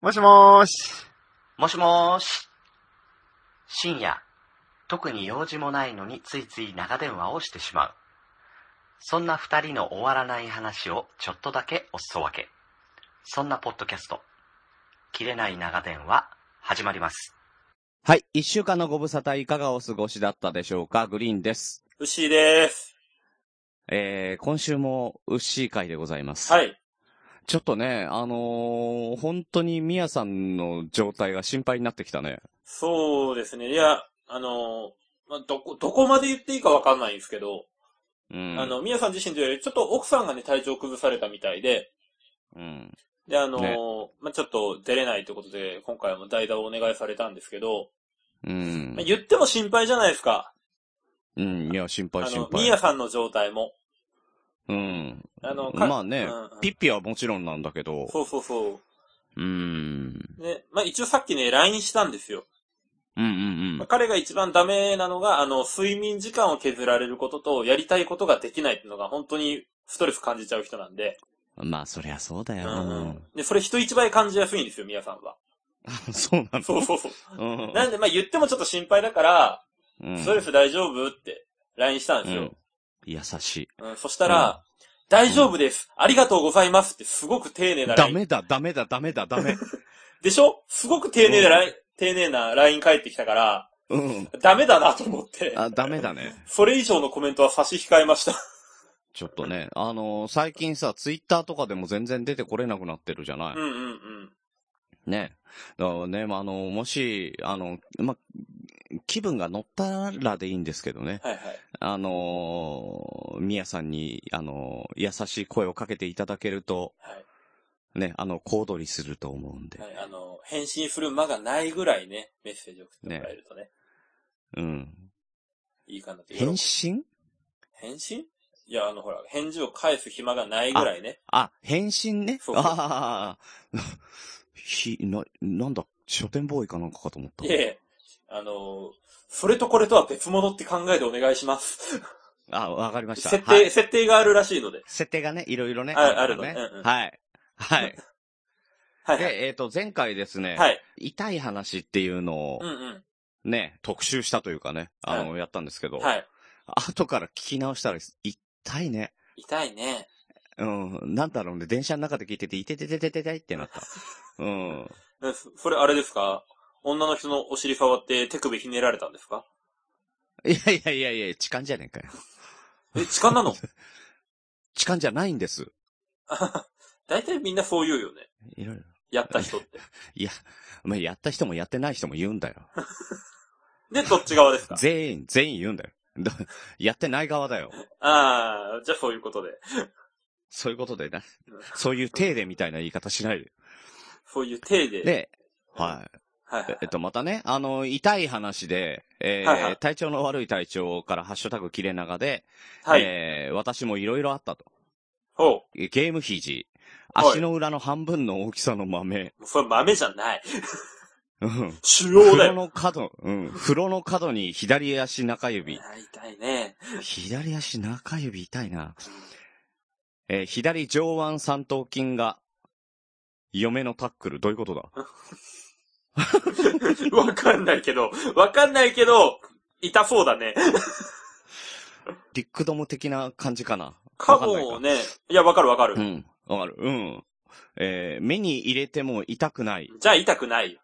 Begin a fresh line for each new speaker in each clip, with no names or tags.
もしもーし。
もしもーし。深夜、特に用事もないのについつい長電話をしてしまう。そんな二人の終わらない話をちょっとだけおすそ分け。そんなポッドキャスト、切れない長電話、始まります。
はい。一週間のご無沙汰いかがお過ごしだったでしょうかグリーンです。
うしーです。
えー、今週もウッシー会でございます。。
はいい。
ちょっとね、あのー本当にミヤさんの状態が心配になってきたね。
そうですね。いや、あのー、まあ、どこ、どこまで言っていいかわかんないんですけど、
うん。
あ、の、みやさん自身というより、ちょっと奥さんがね、体調崩されたみたいで、
うん。
で、あのー
ね
まあ、ちょっと出れないということで、今回も代打をお願いされたんですけど、
うん
まあ、。言っても心配じゃないですか。
うん。いや、心配
あ
心
の、みや
配。
さんの状態も。
うん。
あの、か
まあね、
うんうん
ピッピはもちろんなんだけど、
そうそうそう
うん。
う。ね、まあ、一応さっきね、LINE したんですよ。
うんう
まあ、
ん
彼が一番ダメなのが、あの、睡眠時間を削られることと、やりたいことができないっていうのが、本当にストレス感じちゃう人なんで、
うん。まあ、そりゃそうだよ。
で、それ人一倍感じやすいんですよ、皆さ んは。
そうなんだ。
そうそうそう。
うん。
なんで、まあ言ってもちょっと心配だから、
うん
ストレス大丈夫って、LINE したんですよ。
うん優しい。
うんそしたら、大丈夫です、ありがとうございますって、すごく丁寧な
ダ
LINE。
メだ、ダメだ、ダメだ、ダメ。
でしょすごく丁寧な LINE、丁寧な LINE 返ってきたから、
うん。
ダメだなと思って、
あ、ダメだね。
それ以上のコメントは差し控えました。
ちょっとね、あのー最近さ、ツイッターとかでも全然出てこれなくなってるじゃない、
うんうんうん。
ね。だからね、まあ、あのーもし、あの、ま、気分が乗ったらでいいんですけどね。
はいはい。
あのー、みやさんに、あのー優しい声をかけていただけると、
はい。
ね、あの、小躍りすると思うんで。
はい、あの、返信する間がないぐらいね、メッセージを送ってもらえるとね、
うん。
いいかなと。
返信
返信いや、あの、ほら、返事を返す暇がないぐらいね。
あ、返信ね。
そうそう
ああ、ひ、な、なんだ、書店ボーイかなんかかと思った。
いえいえ、あの、それとこれとは別物って考えでお願いします。
あ、わかりました。
設定、
はい
設定があるらしいので。
設定がね、いろいろね。る
あ
から
あるのねうんうん
はい。 はい。
はい、はい。
で、えっ、と、前回ですね、
はい。
痛い話っていうのを
うんうん。
ね、特集したというかね、あの、やったんですけど、
はい。
後から聞き直したら、痛いね。
痛いね。
うん、なんだろうね、電車の中で聞いてて、いててててててってな った。うん。
えそそれあれですか女の人のお尻触って手首ひねられたんですか
いやいやいやいや、痴漢じゃねえかよ。
え、痴漢 なの
痴漢じゃないんです。
大体みんなそう言うよね。
いろいろ。
やった 人って。
いや、まあ、やった人もやってない人も言 うんだよ。
で、どっち側ですか
全員、全員言うんだよ。だやってない側だよ。
ああ、じゃあそういうことで。
そういうことでね。そういう手でみたいな言い方しないで。
そういう体で。
で、はい。
はいはい
えっと、またね、あの、痛い話で、えー
はいはい
体調の悪い体調からハッシュタグ切れ長で、
はい。はい。
えー私もいろいろあったと。
ほ
ゲーム肘、
はい
足の裏の半分の大きさの豆、
う。それ豆じゃない。
うん
腫瘍
風
だ
呂
よ。
の角、うん、風呂の角に左足中指。
あ痛いね。
左足中指痛いな。えー左上腕三頭筋が、嫁のタックル、どういうことだ
わかんないけど、わかんないけど、痛そうだね。
リックドム的な感じかな。
か
わかんない
も
か
ね。いや、わかるわかる。
うん。わかる。うん。えー目に入れても痛くない。
じゃあ痛くないよ。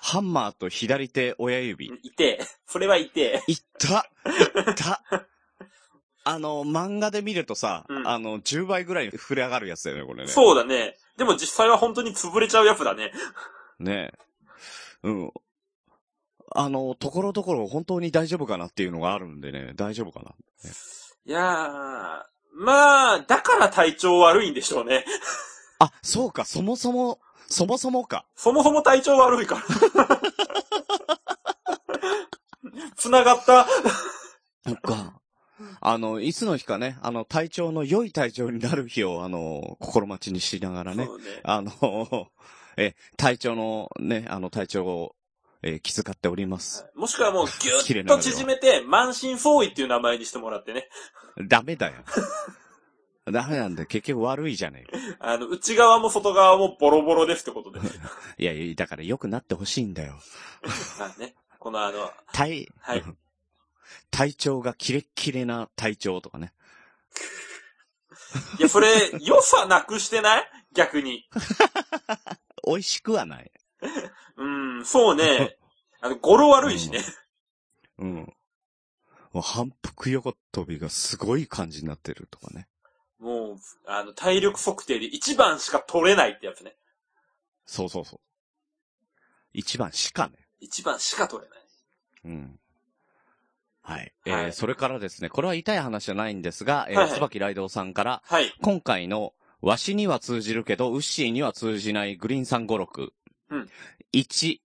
ハンマーと左手親指。
痛え。それは痛え。
いったいったあの、漫画で見るとさ、
うん
あの、10倍ぐらい膨れ上がるやつだよね、これね。
そうだね。でも実際は本当に潰れちゃうやつだね。
ねえ。うん。あの、ところどころ本当に大丈夫かなっていうのがあるんでね、大丈夫かな。
いやー。まあ、だから体調悪いんでしょうね。
あ、そうか、そもそも、そもそもか。
そもそも体調悪いから。 繋がった。
そっか。あの、いつの日かね、あの、体調の良い体調になる日を、あの、心待ちにしながらね
そ、うね。
あの、 え、体調のね、あの、体調を、え、気遣っております。
もしくはもうギュッ と縮めて、満身創痍っていう名前にしてもらってね。
ダメだよ。ダメなんだよ。結局悪いじゃねえか。
あの、内側も外側もボロボロですって ことで。
いやいや、だから良くなってほしいんだよ。
まあね。このあの、
体、
はい。
体調がキレッキレな体調とかね。
いや、それ、良さなくしてない 逆に。
美味しくはない。
うん、そうね。 あの、語呂悪いしね。
うん。もう反復横跳びがすごい感じになってるとかね。
もう、あの、体力測定で一番しか取れないってやつね。
そうそうそう。一番しかね。
一番しか取れない。
うん。はい。
は
えー、
い
それからですね、これは痛い話じゃないんですが、えー
はいはい
椿ライドウさんから、
はい。
今回の、わしには通じるけど、ウッシーには通じないグリーン356。
うん。
1、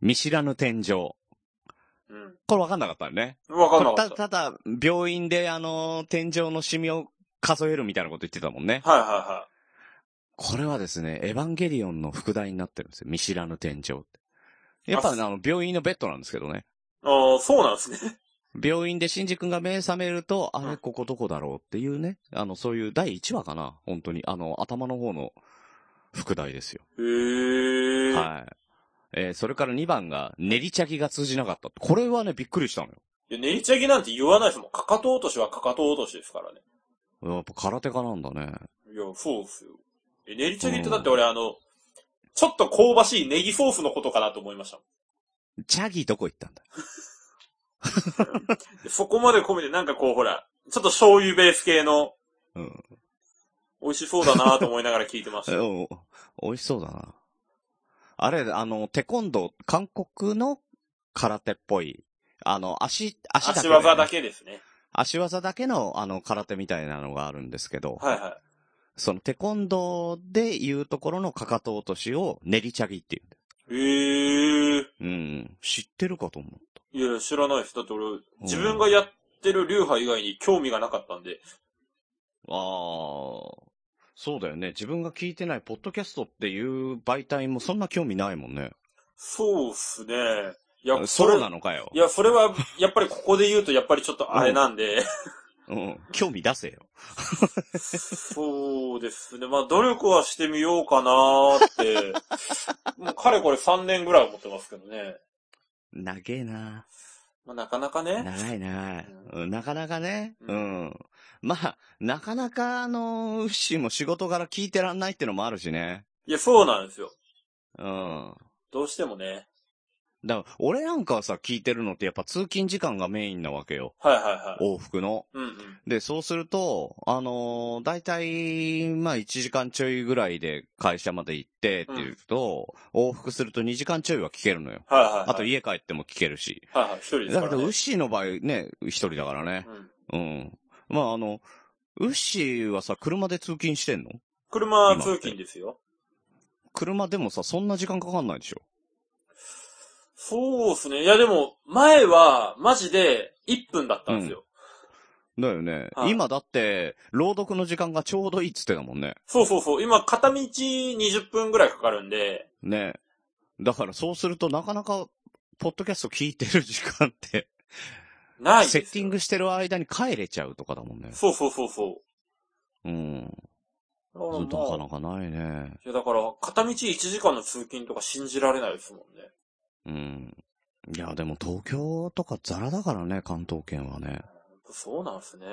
見知らぬ天井。こ
うん。
れ分かんなかったよね。
わかんな
こ
か
れ
っ
た
た
だ、病院で、あのー、天井のシミを数えるみたいなこと言ってたもんね。
た。はいはいは
これはですね、エヴァンゲリオンの副題になってるんですよ。見知らぬ天井って。やっぱ、
あ
あの、病院のベッドなんですけどね。
い。ああ、そうなんですね。
病院でシンジ君が目覚めると、あ
う
れ、
ん
ここどこだろうっていうね。あの、そういう第1話かな。本当に。あの、頭の方の副題ですよ。
へえ。
はい。えーそれから2番が、練り茶ャが通じなかった。これはね、びっくりしたのよ。
いや、練りチャギなんて言わないですもん。かかと落としはかかと落としですからね。
やっぱ空手家なんだね。
いや、そうっすよ。え、練りチャギってだって俺あの、ちょっと香ばしいネギソースのことかなと思いましたも
チャギどこ行ったんだ
ん。でそこまで込めてなんかこうほら、ちょっと醤油ベース系の
うん。
美味しそうだなと思いながら聞いてま した。
お美味しそうだな。あれ、あの、テコンドー、韓国の空手っぽい。あの、足、足だけ
足
でね、
技だけですね。
足技だけの、あの、空手みたいなのがあるんですけど、
はいは
そのテコンドーでいうところのかかと落としを練りチャギっていうんだよ
い。へえ。
うん。知ってるかと思った。
いや、知らないです。だって俺、自分がやってる流派以外に興味がなかったんで。
あー。そうだよね。自分が聞いてないポッドキャストっていう媒体もそんな興味ないもんね。
そうっすね。いや、それ
そうなのかよ
い。や、それは、やっぱりここで言うと、やっぱりちょっとあれなんで。
うん。興味出せよ。
そうですね。まあ、努力はしてみようかなー って。もう、かれこれ3年ぐらい思ってますけどね。
長えな
まあ、なかなかね。
長いなうんなかなかね。うん。まあ、なかなか、あの、ウッシーも仕事柄聞いてらんないってのもあるしね。
いや、そうなんですよ。
うん。
どうしてもね。
だから、俺なんかはさ、聞いてるのってやっぱ通勤時間がメインなわけよ。
はいはいはい。
往復の。
うんうん。
で、そうすると、あのー、だいたい、まあ、1時間ちょいぐらいで会社まで行ってっていうと、往復すると2時間ちょいは聞けるのよ。
はいはい、はい。
あと、家帰っても聞けるし。
はいはい。一人です
だ
か
け
ら
ど、
ね。
ウッシーの場合ね、一人だからね。
うん。
うん。まあ、あの、ウッシーはさ、車で通勤してんの
車通勤ですよ。
車でもさ、そんな時間かかんないでしょ。
そうですね。いや、でも、前は、マジで、1分だったんですよ。
だよね。
はい
今だって、朗読の時間がちょうどいいっつってたもんね。
そうそうそう。今、片道20分ぐらいかかるんで、
ねだからそうするとなかなか、ポッドキャスト聞いてる時間って、
ないです
セ
よ
ッティングしてる間に帰れちゃうとかだもんね。
そうそうそうそう。
うん。
だからまあ
なかなかないね。
いや、だから、片道1時間の通勤とか信じられないですもんね。
うん。いや、でも東京とかザラだからね、関東圏はね。
そうなんですね。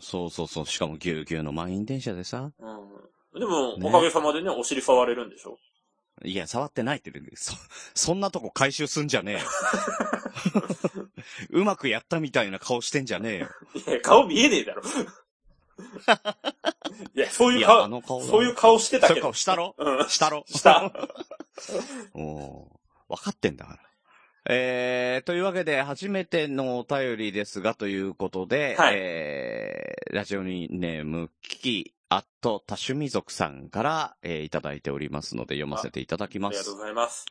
そうそうそう。しかもぎゅうぎゅうの満員電車でさ。
うん。でも、
ね
おかげさまでね、お尻触れるんでしょ
いや、触ってないって言うけどそ、そんなとこ回収すんじゃね えよ。うまくやったみたいな顔してんじゃねえよ。
いや、顔見えねえ だろ。いや、そう
い
いう
や、あ
顔、
の顔だ
そういう顔してた
そう
け
いう
ど
顔。したろ
うん。
したろ
した。
おー分かってんだから。えー、というわけで、初めてのお便りですが、ということで、
はい
えー、ラジオにネーム、キキ、アット、多趣味族さんから、えーいただいておりますので、読ませていただき
あ
ま
りがとう
す。
ございます。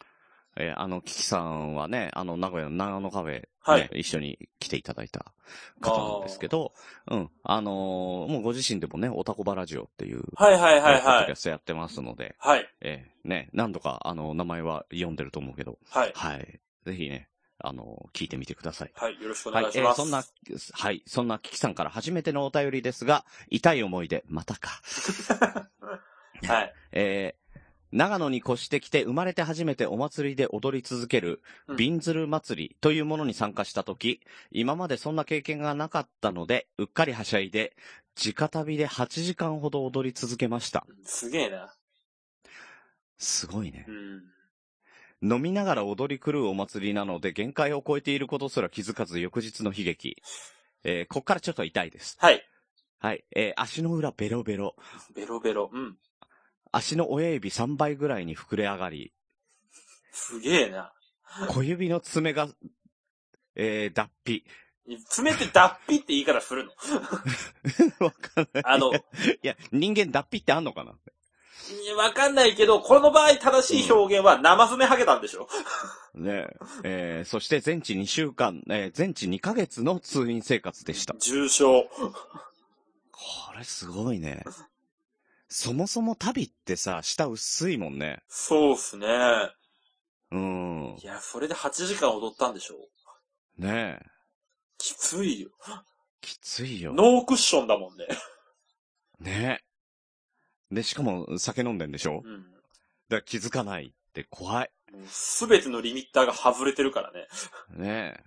えーあの、キキさんはね、あの、名古屋の長野カフェ、ね
はい
一緒に来ていただいた方なんですけど、うん、あのーもうご自身でもね、おたこばラジオっていう、
はいはいはい
えーポッ
は
ドキャ
い。
ストやってますので、
はい。
えーね、何度か、あの、名前は読んでると思うけど、
はい。
はい。ぜひね、あの、聞いてみてください。
はい、よろしくお
はい、
願いし
え
ま
ー
す。
そんな、はい、そんなキキさんから初めてのお便りですが、痛い思い出、またか。
はい。
えー長野に越してきて生まれて初めてお祭りで踊り続ける
うん、
びんずる祭りというものに参加したとき、今までそんな経験がなかったので、うっかりはしゃいで、直旅で8時間ほど踊り続けました。
すげえな。
すごいね
う。ん。
飲みながら踊り狂うお祭りなので、限界を超えていることすら気づかず翌日の悲劇。えーこっからちょっと痛いです。
はい。
はい。えー足の裏ベロベロ。
ベロベロ。うん。
足の親指3倍ぐらいに膨れ上がり、
すげえな。
小指の爪が、えー脱皮。
爪って脱皮って言い方するの
わかんない。
あの、
いや、人間脱皮ってあんのかない
やわかんないけど、この場合正しい表現は生爪ハゲたんでしょ、
ねえ。えーそして全治2週間、えー全治2ヶ月の通院生活でした。
重症。
これすごいね。そもそも旅ってさ、下薄いもんね。
そうっすね。
うん。
いや、それで8時間踊ったんでしょ
ねえ。
きついよ。
きついよ。
ノークッションだもんね。
ねえ。で、しかも酒飲んでんでしょ
うん。
だから気づかないって怖い。
すべてのリミッターが外れてるからね。
ね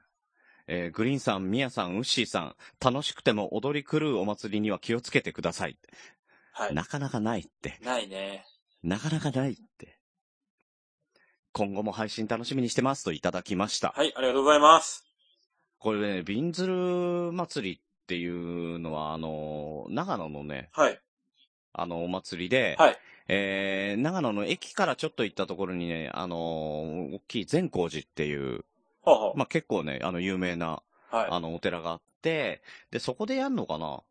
え。えーグリーンさん、ミヤさん、ウッシーさん、楽しくても踊り狂うお祭りには気をつけてください。
はい。
なかなかないって。
ないね。
なかなかないって。今後も配信楽しみにしてますといただきました。
はい、ありがとうございます。
これね、びんずる祭りっていうのは、あの、長野のね、
はい。
あの、お祭りで、
はい
えー、長野の駅からちょっと行ったところにね、あのー大きい善光寺っていう、
はあ、は
まあ、結構ね、あの、有名な、
あ、はい。
あの、お寺があって、で、そこでやるのかな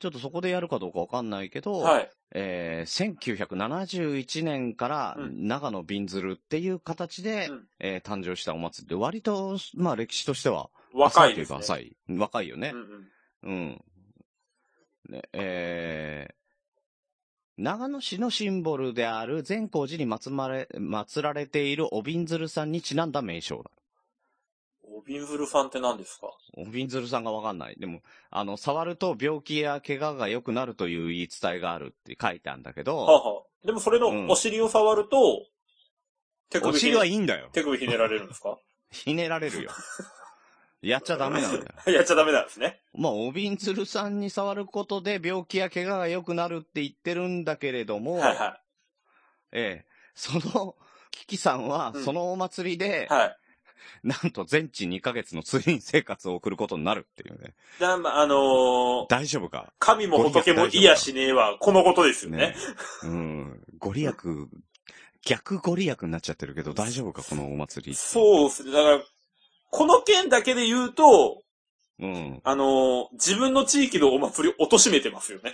ちょっとそこでやるかどうかわかんないけど、
はい。
えー1971年から
うん
長野びんずるっていう形で、
うん
えー誕生したお祭りで、割と、まあ歴史としては、
若
と
い
い
で
え
す
ば
ね。
浅い。若いよね
うん。うん。
うん。ね、えー、長野市のシンボルである善光寺に祀まれ、祀られているおびんずるさんにちなんだ名称だ。
おびんずるさんって何ですか
おびんずるさんがわかんない。でも、あの、触ると病気や怪我が良くなるという言い伝えがあるって書いてあるんだけ
はあ、
ど、
はあ、でもそれ
うん
のお尻を触ると、手
お
首ひ
尻はいいんだよ。
手首ひねられるんですか
ひねられるよ。やっちゃダメなんだよ。
やっちゃダメなんですね。
まあ、おびんずるさんに触ることで病気や怪我が良くなるって言ってるんだけれども、
はいは
ええ、その、キキさんは
う、ん
そのお祭りで
い。、はい。
なんと全治2ヶ月の通院生活を送ることになるっていうね。
だまあ、あのー、
大丈夫か
神も仏もいやしねえは、このことですよね。
ね。うん。ご利益、逆ご利益になっちゃってるけど、大丈夫かこのお祭り。
そうですね。だから、この件だけで言うと、
うん。
あのー、自分の地域のお祭りを貶めてますよね。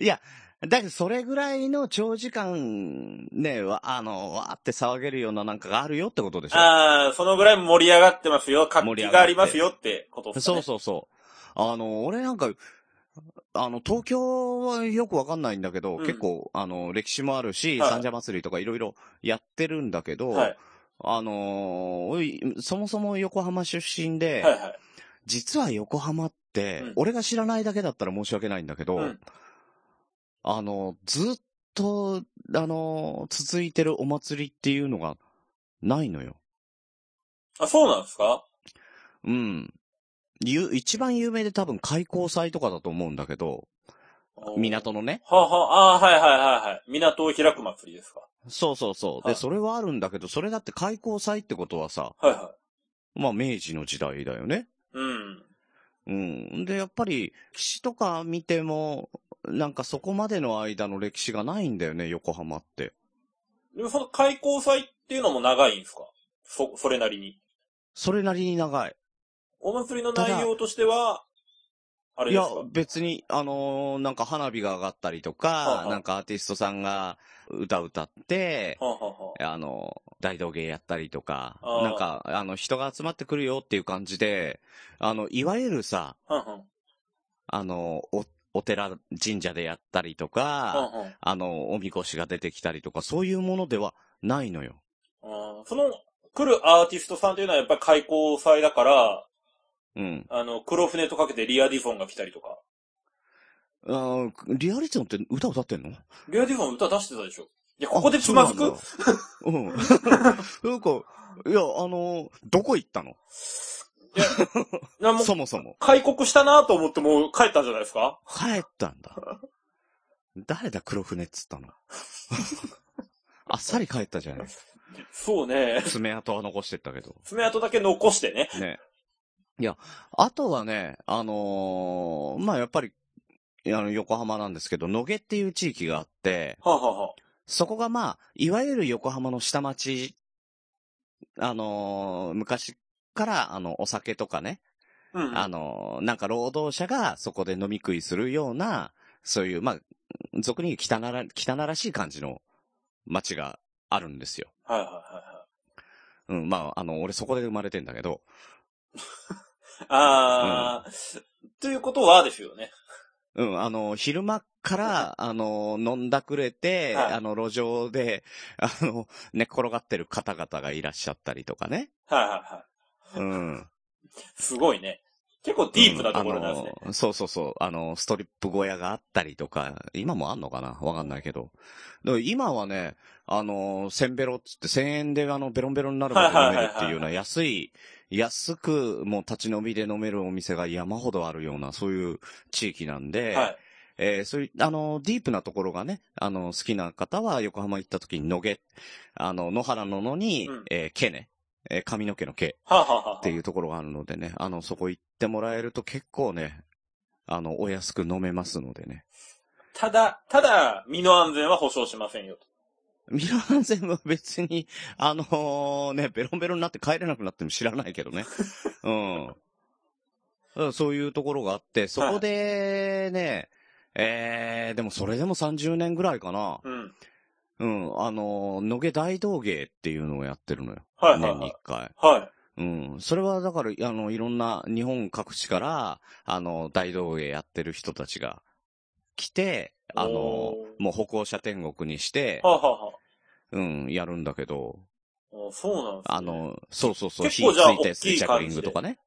いや、だけどそれぐらいの長時間、ね、わあの、わーって騒げるようななんかがあるよってことでしょ
ああ、そのぐらい盛り上がってますよ。活
盛り
気
上
が
がっ
あ
て
りますよってことですか
そう
ね。
そうそう。あの、俺なんか、あの、東京はよくわかんないんだけど、
うん
結構、あの、歴史もあるし、
はい
三社祭りとかいろいろやってるんだけど、
はい。
あのおいそもそも横浜出身で、
はいはい。
実は横浜って、
うん
俺が知らないだけだったら申し訳ないんだけど、
うん
あの、ずっと、あの、続いてるお祭りっていうのが、ないのよ。
あ、そうなんですか
うん。ゆ、一番有名で多分開港祭とかだと思うんだけど、港のね。
はあ、はあ、あーはいはいはいはい。港を開く祭りですか
そうそうそう。
は
で、
い
それはあるんだけど、それだって開港祭ってことはさ、
はいはい。
まあ明治の時代だよね。
うん。
うん。で、やっぱり、歴史とか見ても、なんかそこまでの間の歴史がないんだよね、横浜って。
でもその開港祭っていうのも長いんですかそ、それなりに。
それなりに長い。
お祭りの
ただ
内容としては、あれ
い
で
や
すか、
別に、あのーなんか花火が上がったりと
はあは
か、
あ
なんかアーティストさんが歌歌って、
はあ、はあはあ、
あの、大道芸やったりとか、
あー
なんか、あの、人が集まってくるよっていう感じで、あの、いわゆるさ、
はんはん。
あの、お、お寺、神社でやったりと
は
か、
んはん。
あの、おみこしが出てきたりとか、そういうものではないのよ。
うんその、来るアーティストさんというのはやっぱり開口祭だから、
うん。
あの、黒船とかけてリアディフォンが来たりとか。
あーリアリティンって歌歌ってんの
リアディフォン歌出してたでしょいや、
あ
ここでつまずく
そうなんだうん。 なんか、いや、あの、どこ行ったの
なもう
そもそも。
開国したなと思ってもう帰ったんじゃないですか
帰ったんだ。誰だ、黒船っつ ったの。あっさり帰ったじゃない。
そうね。
爪痕は残してったけど。
爪痕だけ残してね。
ね。いや、あとはね、あのーまあ、やっぱり、あの、横浜なんですけど、野毛っていう地域があって、
はあ、はあはあ、
そこがまあ、いわゆる横浜の下町、あのー昔から、あの、お酒とかね、
うん。
あのーなんか労働者がそこで飲み食いするような、そういう、まあ、俗に言う汚ら、汚らしい感じの街があるんですよ。
はいはいはいはい。
うん、まあ、あの、俺そこで生まれてんだけど、
あー、ということはですよね。
うん、あの、昼間から、あの、飲んだくれて、
はい
あの、路上で、あの、寝っ転がってる方々がいらっしゃったりとかね。
はいはいは
うん。
い。すごいね。結構ディープなところなんですね。
あのそうそうそう。あの、ストリップ小屋があったりとか、今もあんのかなわかんないけど。でも今はね、あの、千ベロっつって、千円であの、ベロンベロンになるまで飲めるっていうよう
は
な、安い、安く、もう立ち飲みで飲めるお店が山ほどあるような、そういう地域なんで、
はい。
えーそういう、あの、ディープなところがね、あの、好きな方は、横浜行った時に、野毛、あの、野原の野に、
うん
えー毛ね、えー髪の毛の毛
はあ、はあはあ、
っていうところがあるのでね、あの、そこ行ってもらえると結構ね、あの、お安く飲めますのでね。
ただ、ただ、身の安全は保証しませんよと。
ミラーゼンは別に、あのーね、ベロンベロンになって帰れなくなっても知らないけど ね。うん。だからそういうところがあって、そこでね、えー、でもそれでも30年ぐらいかな。
うん。
うん、あの、野毛大道芸っていうのをやってるのよ。
はいはい
年
は
に一
い。
回。
はい。
うん。それはだから、あの、いろんな日本各地から、あの、大道芸やってる人たちが来て、あの、
おー
もう歩行者天国にして、
はあ、はあはあ
うん、やるんだけど、
あ、そうなんですね。
あの、そうそうそう、
結構じゃあ
火ついたやつで
大きい
ジャグリングとかね。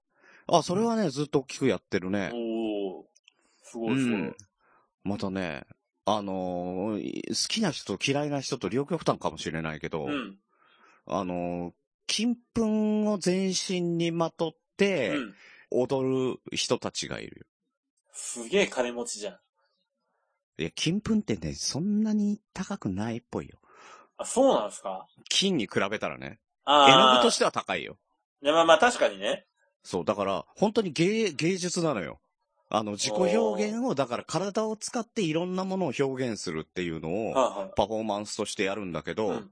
あ、それはね、ずっと大きくやってるね。
おおすご
う
いすごい。
ん。またね、あのー好きな人と嫌いな人と両極端かもしれないけど、
うん。
あの、金粉を全身にまとっ
う
て、
ん。
踊る人たちがいる
すげえ金持ちじゃん。
よ。いや、金粉ってね、そんなに高くないっぽいよ。
あ、そうなんですか
金に比べたらね、絵の
あ
具
あ。
としては高いよ。
いやまあまあ確かにね。
そう、だから、本当に芸、芸術なのよ。あの、自己表現を、だから体を使っていろんなものを表現するっていうのを、
はいはい。
パフォーマンスとしてやるんだけど、
うん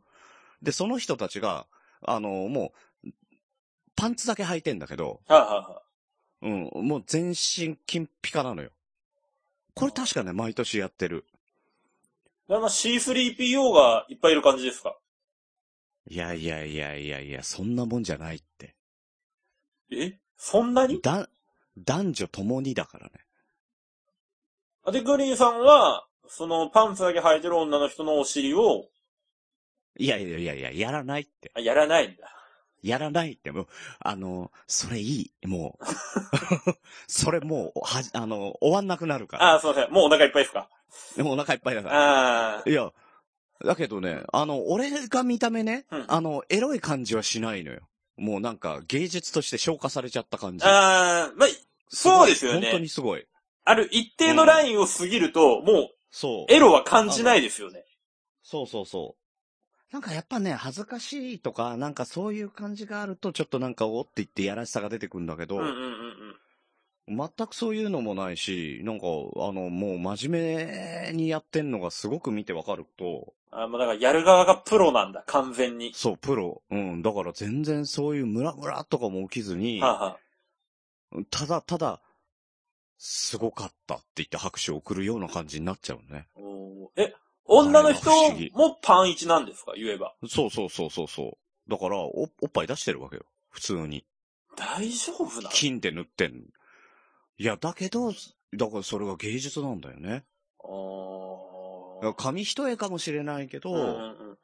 で、その人たちが、あの、もう、パンツだけ履いてんだけど、
はいはいは
うん、もう全身金ピカなのよ。これ確かね、毎年やってる。
い。だまあ C3PO がいっぱいいる感じですか
いやいやいやいやいや、そんなもんじゃないって。
えそんなに
だ、男女共にだからね。
あで、グリーンさんは、そのパンツだけ履いてる女の人のお尻を、
いやいやいやいや、やらないって。
あやらないんだ。
やらないって、もう、あの、それいい、もう。 それもう、はじ、あの、終わんなくなるから。
ああ、すいません。もうお腹いっぱいですか
でもお腹いっぱいだから。
ああ。
いや、だけどね、あの、俺が見た目ね、
うん
あの、エロい感じはしないのよ。もうなんか、芸術として消化されちゃった感じ。
ああ、ま
ご
あ、
い
そうですよね
本当にすごい。
ある一定のラインを過ぎると、も
そう
う、。エロは感じないですよね。
そうそうそう。なんかやっぱね、恥ずかしいとか、なんかそういう感じがあると、ちょっとなんかおって言ってやらしさが出てくるんだけ
う
ど、
んうんうんうん。
全くそういうのもないし、なんか、あの、もう真面目にやってんのがすごく見てわかると、
あもうだから、やる側がプロなんだ、完全に。
そう、プロ。うん、だから全然そういうムラムラとかも起きずに、
はあ、は
ただただ、すごかったって言って拍手を送るような感じになっちゃうね。
あ、おーえ、女の人
あれは不思議
もパン一なんですか言えば。
そうそうそうそうそう。だから、おおっぱい出してるわけよ。普通に。
大丈夫なの
金で塗ってんの。いや、だけど、だからそれが芸術なんだよね。
お
紙一重かもしれないけど、
うんうんうん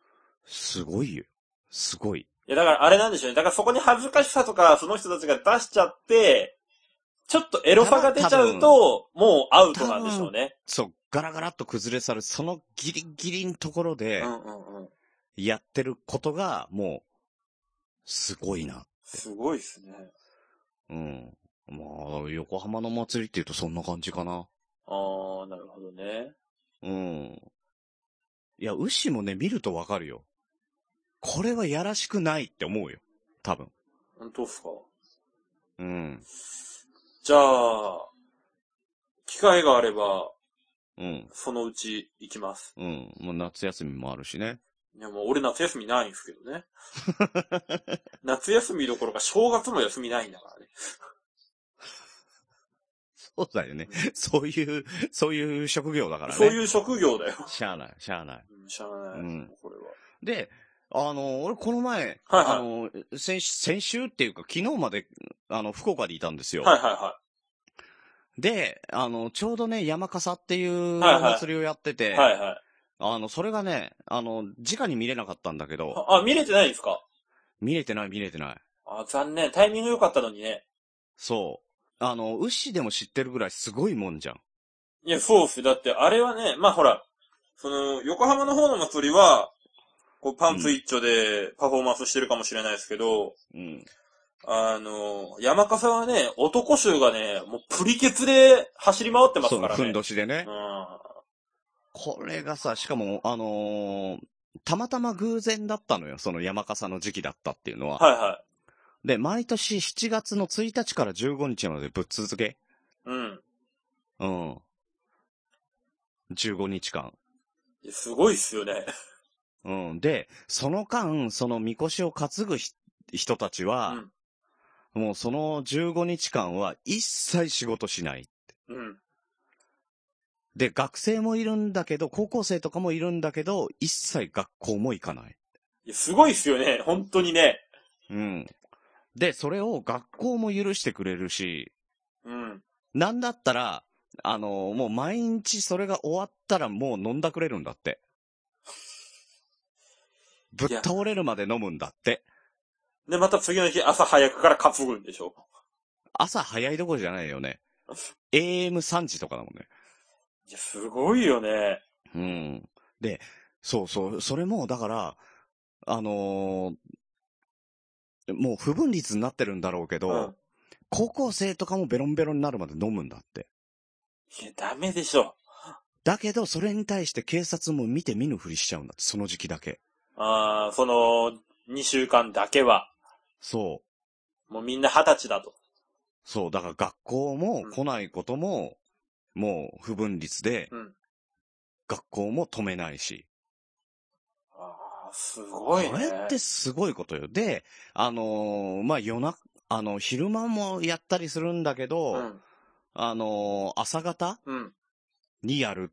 すごいよ。すごい。
いや、だからあれなんでしょうね。だからそこに恥ずかしさとか、その人たちが出しちゃって、ちょっとエロさが出ちゃうと、もうアウトなんでしょうね。
そう、ガラガラっと崩れ去る、そのギリギリのところ
う
で
ん、うんうん。
やってることが、もう、すごいな。
すごいですね。
うん。まあ、横浜の祭りっていうとそんな感じかな。
ああ、なるほどね。
うん。いや、牛もね、見るとわかるよ。これはやらしくないって思うよ。多分。
本当っすか。
うん。
じゃあ、機会があれば、
うん。
そのうち行きます。
うん。もう夏休みもあるしね。
いや、もう俺夏休みないんですけどね。 夏休みどころか正月も休みないんだからね。
そうだよね。そういう、そういう職業だからね。
そういう職業だよ。
しゃあない、しゃあない。
うん、しゃあない。
うん
これは。
で、あの、俺この前、
はいはい
あの、先、先週っていうか昨日まで、あの、福岡にいたんですよ。
はいはいは
で、あの、ちょうどね、山笠っていうお
はいはい
祭りをやってて、
い。はいはい。
あの、それがね、あの、直に見れなかったんだけど、
あ、あ見れてないんですか
見れてない見れてない。
あ、残念。タイミング良かったのにね。
そう。あの、牛でも知ってるぐらいすごいもんじゃん。
いや、そうっすよ。だって、あれはね、まあほら、その、横浜の方の祭りは、こう、パンツ一丁でパフォーマンスしてるかもしれないですけど、
うん。
あの、山笠はね、男衆がね、もうプリケツで走り回ってます
そう
からね。
ふんどしでね
う。ん。
これがさ、しかも、あのーたまたま偶然だったのよ、その山笠の時期だったっていうのは。
はいは
で、毎年7月の1日から15日までぶっ続け。
い。うん。
うん。15日間。
いやすごいっすよね。
うん。で、その間、そのみこしを担ぐひ人たちは、もうその15日間は一切仕事しない。
うん。うん。
で、学生もいるんだけど、高校生とかもいるんだけど、一切学校も行かない。
いやすごいっすよね。本当にね。
うん。で、それを学校も許してくれるし、
うん。
なんだったら、あの、もう毎日それが終わったらもう飲んだくれるんだって。ぶっ倒れるまで飲むんだって。
で、また次の日朝早くから担ぐんでしょ。
朝早いどころじゃないよね。AM3 時とかだもんね。
いや、すごいよね。
うん。で、そうそう、それも、だから、あのーもう不分率になってるんだろうけど、
うん
高校生とかもベロンベロンになるまで飲むんだって。
いや、ダメでしょ。
だけど、それに対して警察も見て見ぬふりしちゃうんだって、その時期だけ。
ああ、その、2週間だけは、
そう。
もうみんな20歳だと。
そう、だから学校も来ないことも、もう不分率で、
うん
学校も止めないし。
ああ、すごいね。
これってすごいことよ。で、あのーまあ、夜な、あの、昼間もやったりするんだけど、
うん。
あのー朝方
うん。
にやる。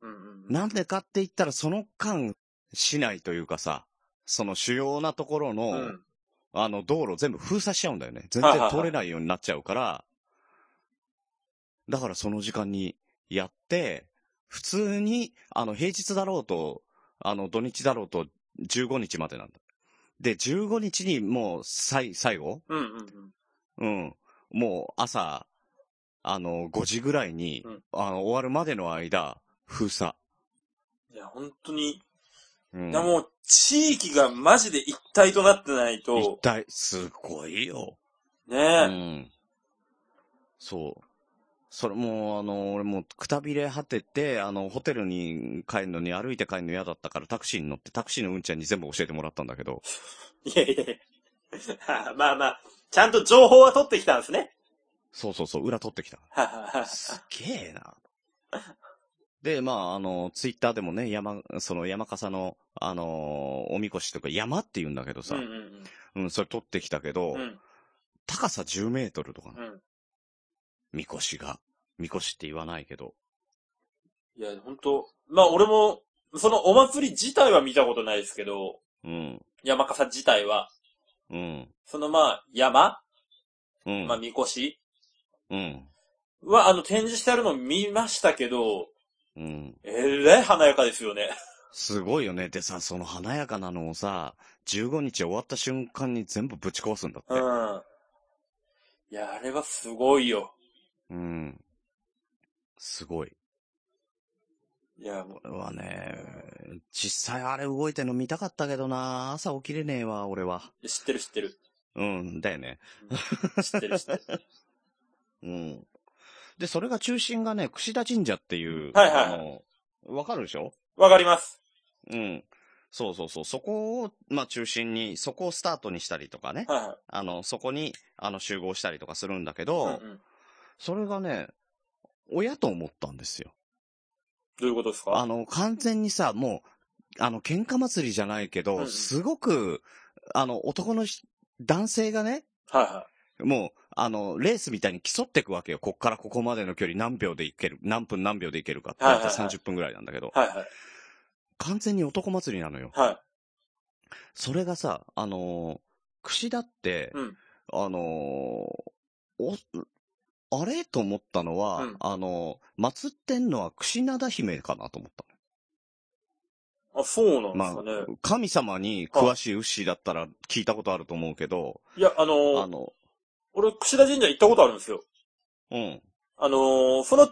うん。うん。
なんでかって言ったら、その間、市内というかさ、その主要なところの、
うん。
あの、道路全部封鎖しちゃうんだよね。全
はいはい
然通
はい
れないようになっちゃうから、だからその時間にやって、普通に、あの、平日だろうと、あの、土日だろうと、15日までなんだ。で、15日にもう、最、最後
うん。うんうん。
うん。もう、朝、あの、5時ぐらいに、
うん
あの、終わるまでの間、封鎖。
いや、本当に、
うん
いや、もう、地域がマジで一体となってない
一
と、
体、すごいよ。う
ねえ、
ん。そう。それもう、あの、俺もうくたびれ果てて、あの、ホテルに帰るのに歩いて帰るの嫌だったからタクシーに乗ってタクシーのうんちゃんに全部教えてもらったんだけど、
いやいやいや。 まあまあ、ちゃんと情報は取ってきたんですね。
そうそうそう、裏取ってきた。
ははは
すげえな。で、まあ、あの、ツイッターでもね、山、その山笠の、あのおみこしとか山って言うんだけど
う
さ、
んう
うん、
ん
それ取ってきたけど、
うん。うん
高さ10メートルとかな、
うん。
みこしが。みこしって言わないけど。
いや、本当まあ俺も、そのお祭り自体は見たことないですけど、
うん。
山笠自体は、
うん。
そのまあ山、
うん。
まあみこし
うん。
はあの展示してあるのを見ましたけど、
うん。
えらい華やかですよね。
すごいよね。でさ、その華やかなのをさ、15日終わった瞬間に全部ぶち壊すんだって。
うん。いや、あれはすごいよ。
うん。すごい。
いや、も
こ
う
れはね、実際あれ動いてるの見たかったけどな、朝起きれねえわ、俺は。
知ってる知っ てる。
うん、だよね。
知ってる知ってる。
うん。で、それが中心がね、櫛田神社っていう、
はいはいはい
あの、わかるでしょ
わかります。
うん。そうそうそう。そこを、まあ中心に、そこをスタートにしたりとかね。
はいは
あの、そこに、あの、集合したりとかするんだけ
い。
ど、
うんうん
それがね、親と思ったんですよ。
どういうことです
あ
か
の、完全にさ、もう、あの、喧嘩祭りじゃないけど、
うん
すごく、あの、男のし男性がね、
はいは
もう、あの、レースみたいに競っていくわけよ。こっからここまでの距離何秒でいける、何分何秒でいけるかって言って
はいはいはい
30分ぐらいなんだけど、
い。はいはい。
完全に男祭りなのよ。
はい。
それがさ、あのー、櫛田って、
うん
あのーお、あれと思ったのは、
うん
あのー、祀ってんのは櫛灘姫かなと思った
あ、そうなんで
ます
かね。
の。神様に詳しいウッシーだったら聞いたことあると思うけど、
いや、あのー
あの、
俺、櫛田神社行ったことあるんですよ。
うん。
あのーその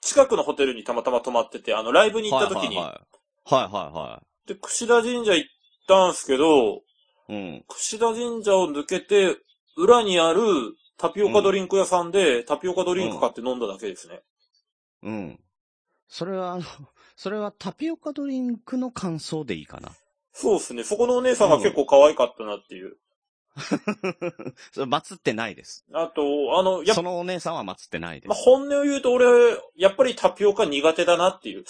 近くのホテルにたまたま泊まってて、あの、ライブに行った時に、
はいはいはい。はいは
で、櫛田神社行ったんすけど、
いはい。うん。
櫛田神社を抜けて、裏にあるタピオカドリンク屋さんで、タピオカドリンク買って飲んだだけですね。
うん。それは、あの、 それはタピオカドリンクの感想でいいかな。
そうですね。そこのお姉さんが結構可愛かったなっていう。
それ祀ってないです。
あと、あの、やっ
そ
ぱ、
のお姉さんは祀ってないです。
まあ、本音を言うと俺、やっぱりタピオカ苦手だなっていう。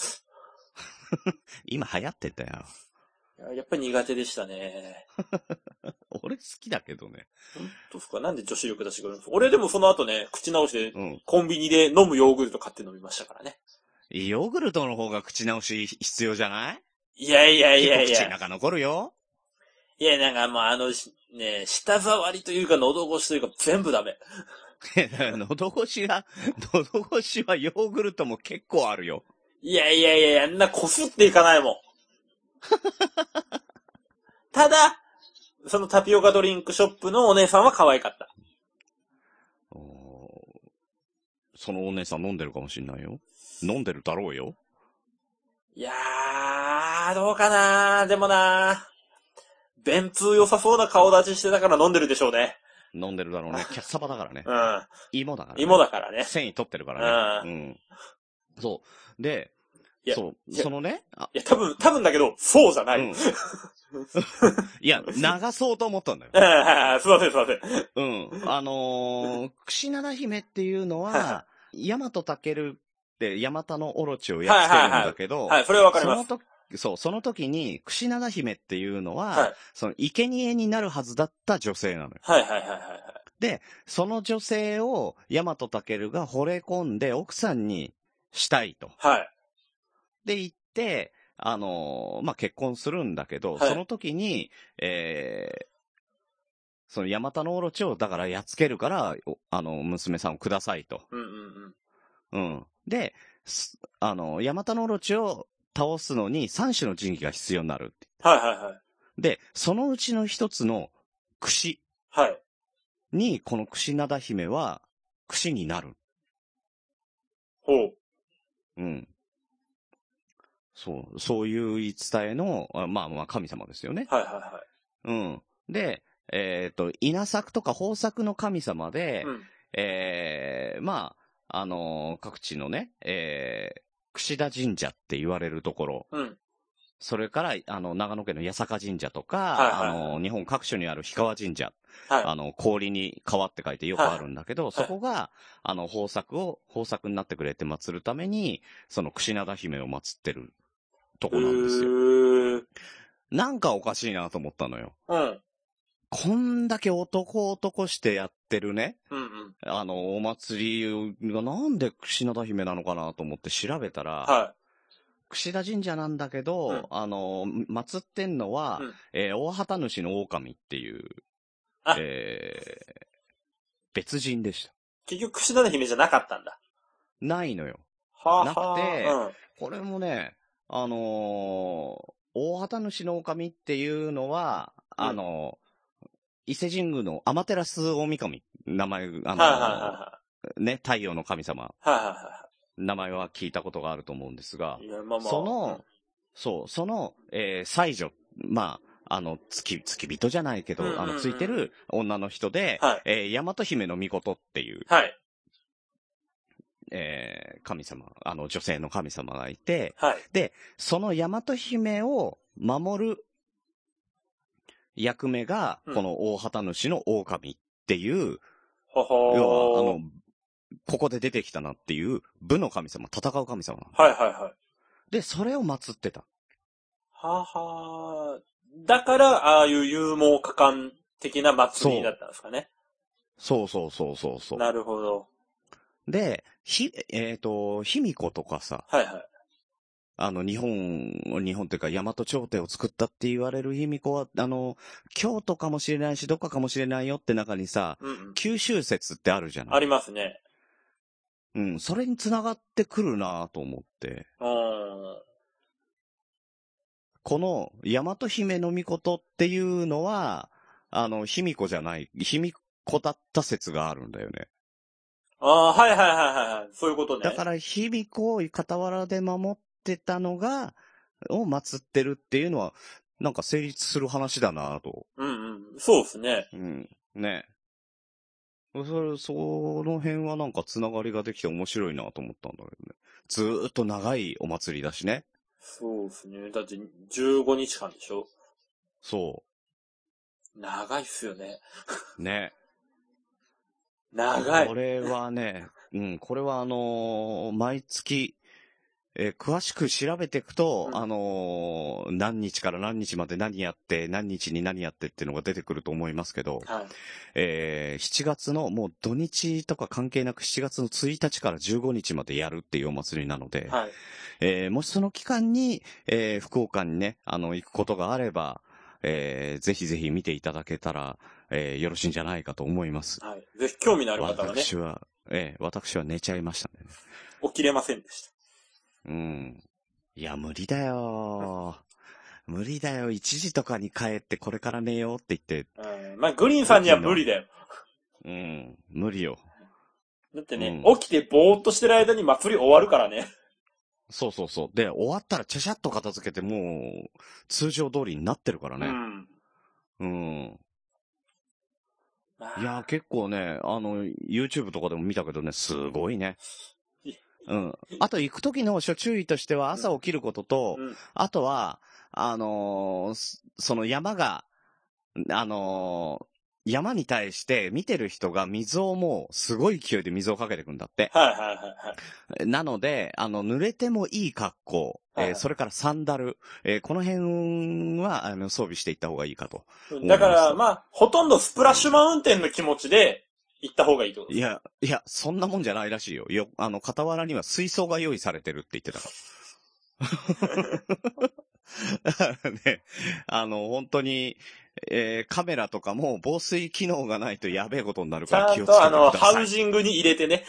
今流行ってたよ。
いややっぱり苦手でしたね。
俺好きだけどね。
どうっすかなんで女子力出してくるんですか俺でもその後ね、口直しで
うん。
コンビニで飲むヨーグルト買って飲みましたからね。
ヨーグルトの方が口直し必要じゃない
いやいやいやい
結構口の
や。
中残るよ。
いや、なんかもうあの、しね、舌触りというか喉越しというか全部ダメ。
喉越しが、喉越しはヨーグルトも結構あるよ。
いやいやいや、あんなこすってい かないもん。ただ、そのタピオカドリンクショップのお姉さんは可愛かった。
そのお姉さん飲んでるかもしんないよ。飲んでるだろうよ。
いやー、どうかなー。でもなー。便通良さそうな顔立ちしてたから飲んでるでしょうね。
飲んでるだろう ね。キャッサバだからね。
うん。
芋だから、ね。
芋だからね。
繊維取ってるからね。うん。そう。で、
いや
そう、
いや
そのね、あ
いや、多分、多分だけど、そうじゃない。
う
うん
ん。いや、流そうと思ったんだよ。
すいません、すいません。
うん。あのー、櫛灘姫っていうの
はいは
は、ヤマトタケルってヤマタのオロチをやっつけるんだけど、
はい、それはわかり
そ
ま
の
す。
時、そう、その時に、櫛灘姫っていうのは、
はい
その、生贄になるはずだった女性なのよ。
はいはいはいはいはい。
その女性を、ヤマトタケルが惚れ込んで奥さんにしたいと。
はい。
で行って、あのーまあ、結婚するんだけど、
はい
その時に、えーそのヤマタノオロチを、だからやっつけるから、おあの、娘さんをくださいと。
うんうん
うん。で、すあの、ヤマタノオロチを倒すのに三種の神器が必要になるって。
うん。はいはいはい。
で、そのうちの一つの、櫛
はい。
に、この櫛灘姫は、櫛になる。
ほう。
うん。そう、そういう言い伝えの、あまあまあ神様ですよね。
はいは
うん。で、えっ、と、稲作とか豊作の神様
いはい。
で、
うん。
えーまあ、あのー各地のね、えー、櫛田神社って言われるところ、
うん。
それから、あの、長野県の八坂神社とか、
はいはいはい
あのー日本各所にある氷川神社、
はい
あの、氷に川って書いてよくあるんだけど、そこが、あの、豊作を、豊作になってくれて祀るために、その櫛灘姫を祀ってるとこなんですよ。
よ。
なんかおかしいなと思ったのよ。
うん。
こんだけ男男してやってるね、
うんうん。
あの、お祭りがなんで櫛田姫なのかなと思って調べたら、
は
櫛田神社なんだけど、
うん
あの、祀ってんのは、
うん
えー大畑主の狼っていう
あ、
えー別人でした。
い。結局、櫛田の姫じゃなかったんだ。
ないのよ。
はあ、
なくて
はあ、
これもね、あのー大畑主の狼っていうのは、
うん
あのー伊勢神宮の天照大神、名前、あのー
はいは
ね、太陽の神様、
いはいはい。はいは
名前は聞いたことがあると思うんですが
いはい。、いや、まあまあ。
その、そう、その、えー、祭女、まあ、あの、月、月人じゃないけど、
うんうんうん
あの、ついてる女の人で、
はい
えー、大和姫の御事っていう、
はい。
えー、神様、あの、女性の神様がいて、
はい。
その大和姫を守る役目が、
うん
この大旗主の狼っていう、
ほほー
要は、あの、ここで出てきたなっていう、武の神様、戦う神様なの
はいはいはい。
で、それを祀ってた。
ははーだから、ああいう勇猛果敢的な祭りになったんですかね。
そうそうそうそうそう。
なるほど。
で、ひ、えっ、と、卑弥呼とかさ、
はいはい。
あの、日本、日本というか、大和朝廷を作ったって言われる卑弥呼は、あの、京都かもしれないし、どっかかもしれないよって中にさ、
うんうん。
九州説ってあるじゃ
あ
ない
りますね。
うん、それに繋がってくるなと思って。
うーん。
この、大和姫の御事っていうのは、あの、卑弥呼じゃない、卑弥呼だった説があるんだよね。
ああ、はいはいはいはいはい。そういうことね。
だから、卑弥呼を傍らで守ってたのが、を祀ってるっていうのは、なんか成立する話だなと。
うんうん。そうですね。
うん。ね。それ、その辺はなんかつながりができて面白いなと思ったんだけどね。ずーっと長いお祭りだしね。
そうですね。だって、15日間でしょ
そ
長いっすよね。
う。ね。
長
こ
い。
れはね、 うん、これはあのー毎月、えー詳しく調べていくと、
うん
あのー何日から何日まで何やって、何日に何やってっていうのが出てくると思いますけど、
はい。
えー7月のもう土日とか関係なく7月の1日から15日までやるっていうお祭りなので、
はい。
えーもしその期間に、えー福岡にね、あの、行くことがあれば、えーぜひぜひ見ていただけたら、えーよろしいんじゃないかと思います。
はい。ぜひ興味のある方はね、
私は、ええ、私は寝ちゃいましたね。
起きれませんでし
うん。いや、無理だよー。無理だよ。1時とかに帰ってこれから寝ようって言って。
た。うん。まあ、グリーンさんには無理だよ。
うん。無理よ。
だってね、
う
起きてぼーっとしてる間に祭り終わるからね。
そうそうそう。で、終わったらちゃちゃっと片付けてもう、通常通りになってるから
う
ね。
ん。
うん。
まあ
いやー、結構ね、あの、YouTube とかでも見たけどね、すごいね。うん。あと、行く時の諸注意としては、朝起きることと、
うん
あとは、あのーそその山が、あのー山に対して見てる人が水をもう、すごい勢いで水をかけてくんだって。
はいはいはいはい。
なので、あの、濡れてもいい格好、
はい
えーそれからサンダル、えーこの辺は、あの、装備していった方がいいかと。
だから、まあ、ほとんどスプラッシュマウンテンの気持ちで行った方がいいってこと
い
です。
や、いや、そんなもんじゃないらしいよ。よ、あの、傍らには水槽が用意されてるって言ってたから。だから ね、あの、本当に、えーカメラとかも防水機能がないとやべえことになる
ち
から
ゃ
気を
ん
つけて
と、あ
く
の、
だ
ハ
さ
ウ
い。
ジングに入れてね。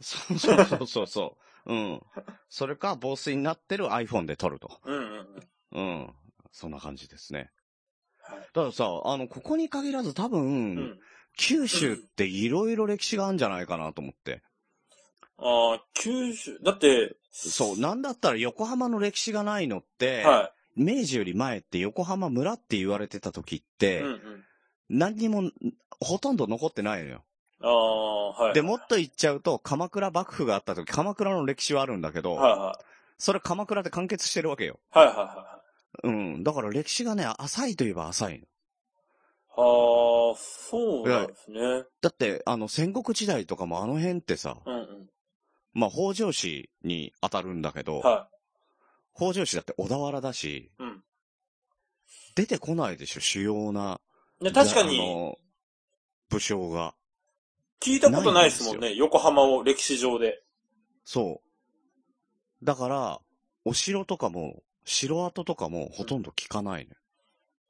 そうそうそうそうそう。うん。それか、防水になってる iPhone で撮ると。
うんうん
う
うん。
ん。そんな感じですね
はい。
たださ、あの、ここに限らず多分、
うん。
九州っていろいろ歴史があるんじゃないかなと思って。
ああ、九州、だって、
そう、なんだったら横浜の歴史がないのって、
は
明治より前って横浜村って言われてた時っ
い。
て、
うんうん。
何にも、ほとんど残ってないのよ。
ああ、はい。
で、もっと言っちゃうと、鎌倉幕府があった時、鎌倉の歴史はあるんだけど、
はいは
それ鎌倉で完結してるわけよ。
い。はいはいは
うん。だから歴史がね、浅いといえば浅いの。
いはい。ああ、そうなんですね。
だって、あの、戦国時代とかもあの辺ってさ、
うんうん。
まあ、北条氏に当たるんだけど、
は
北条氏だって小田原だし、
うん
出てこないでしょ、主要な。
い。で確か
あ
に、
の、武将が。
聞いたことないですもん
な
ね。横浜を歴史上で。
そう。だから、お城とかも、城跡とかもほとんど聞かないね。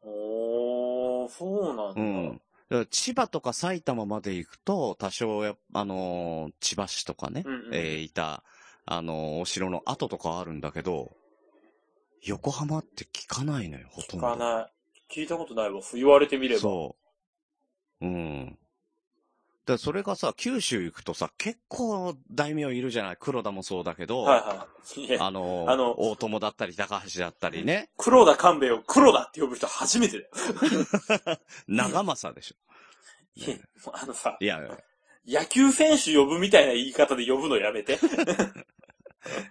おー、そうなんだ。
うん。だから千葉とか埼玉まで行くと、多少や、あのー千葉市とかね、
うんうん
えーいた、あのーお城の跡とかあるんだけど、横浜って聞かないのよ、ほと
聞
んど。
かない。聞いたことないわ。言われてみれば。
そう。うん。だからそれがさ、九州行くとさ、結構大名いるじゃない黒田もそうだけど、
はいはい。いや
あの
あの
大友だったり、高橋だったりね、
黒田勘兵衛を黒田って呼ぶ人初めてだよ。
長政でしょ。ね
もうあのさ、
いや、
野球選手呼ぶみたいな言い方で呼ぶのやめて。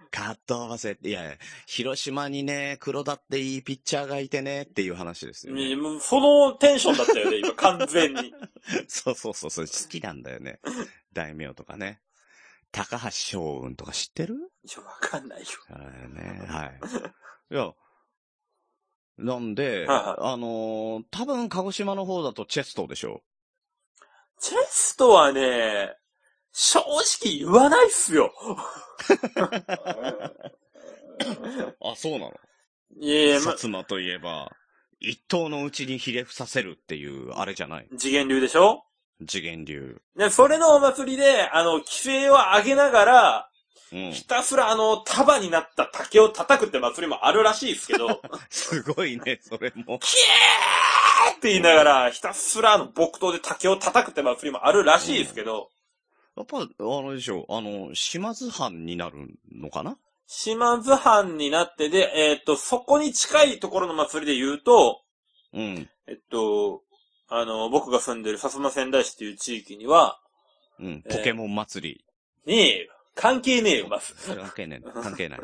カット合わせ、いやいや、広島にね、黒田っていいピッチャーがいてね、っていう話ですよ、ね。
ねもうそのテンションだったよね、今、完全 に。
そうそうそう、そう好きなんだよね。大名とかね。高橋翔雲とか知ってる
いや、わかんないよ。
あれね、はい。いや、なんで、
は
あのー多分鹿児島の方だとチェストでしょ
チェストはね、正直言わないっすよ。
あ、そうなの、
いやいや、ま
薩、摩といえば、一頭のうちにひれ伏させるっていう、あれじゃない
次元流でしょ
次元流。
ね、それのお祭りで、あの、規制を上げながら、
うん。
ひたすらあの、束になった竹を叩くって祭りもあるらしいですけど、キャー
すごいね、それも。
って言いながら、ひたすらあの、木刀で竹を叩くって祭りもあるらしいですけど、
やっぱ、あのでしょ、あの、島津藩になるのかな
島津藩になってで、えーっと、そこに近いところの祭りで言うと、
うん。
えっと、あの、僕が住んでる薩摩仙台市っていう地域には、
うん。
えー
ポケモン祭り。
ねえよ。関係ねえよ、まず。
関係 ない。関係ない。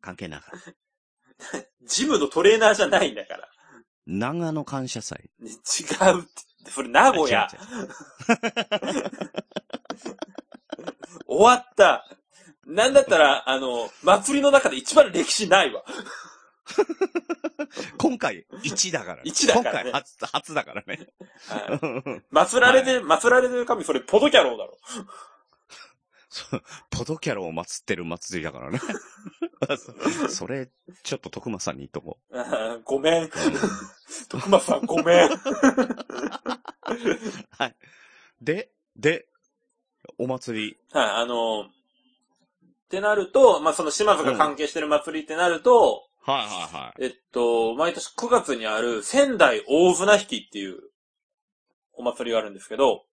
関係ない。
ジムのトレーナーじゃないんだから。
長野感謝祭。
ね違うって。それ名古屋
あ。違う違う
終わった。なんだったら、あの、祭りの中で一番歴史ないわ。
今回、1だから。
一だからね
今回初、初だからね。
はい祭られて、祭られてる神、それポドキャローだろ。
そうポドキャロを祀ってる祭りだからね。 そそれ、ちょっと徳間さんに言っとこ
あー ごめん。徳間さん、ごめん。
う。はい。で、で、お祭り。
はい、あの、ってなると、まあ、その島津が関係してる祭りってなると、
はいはいは
えっと、毎年9月にある仙台大船引きっていうお祭りがあるんですけど、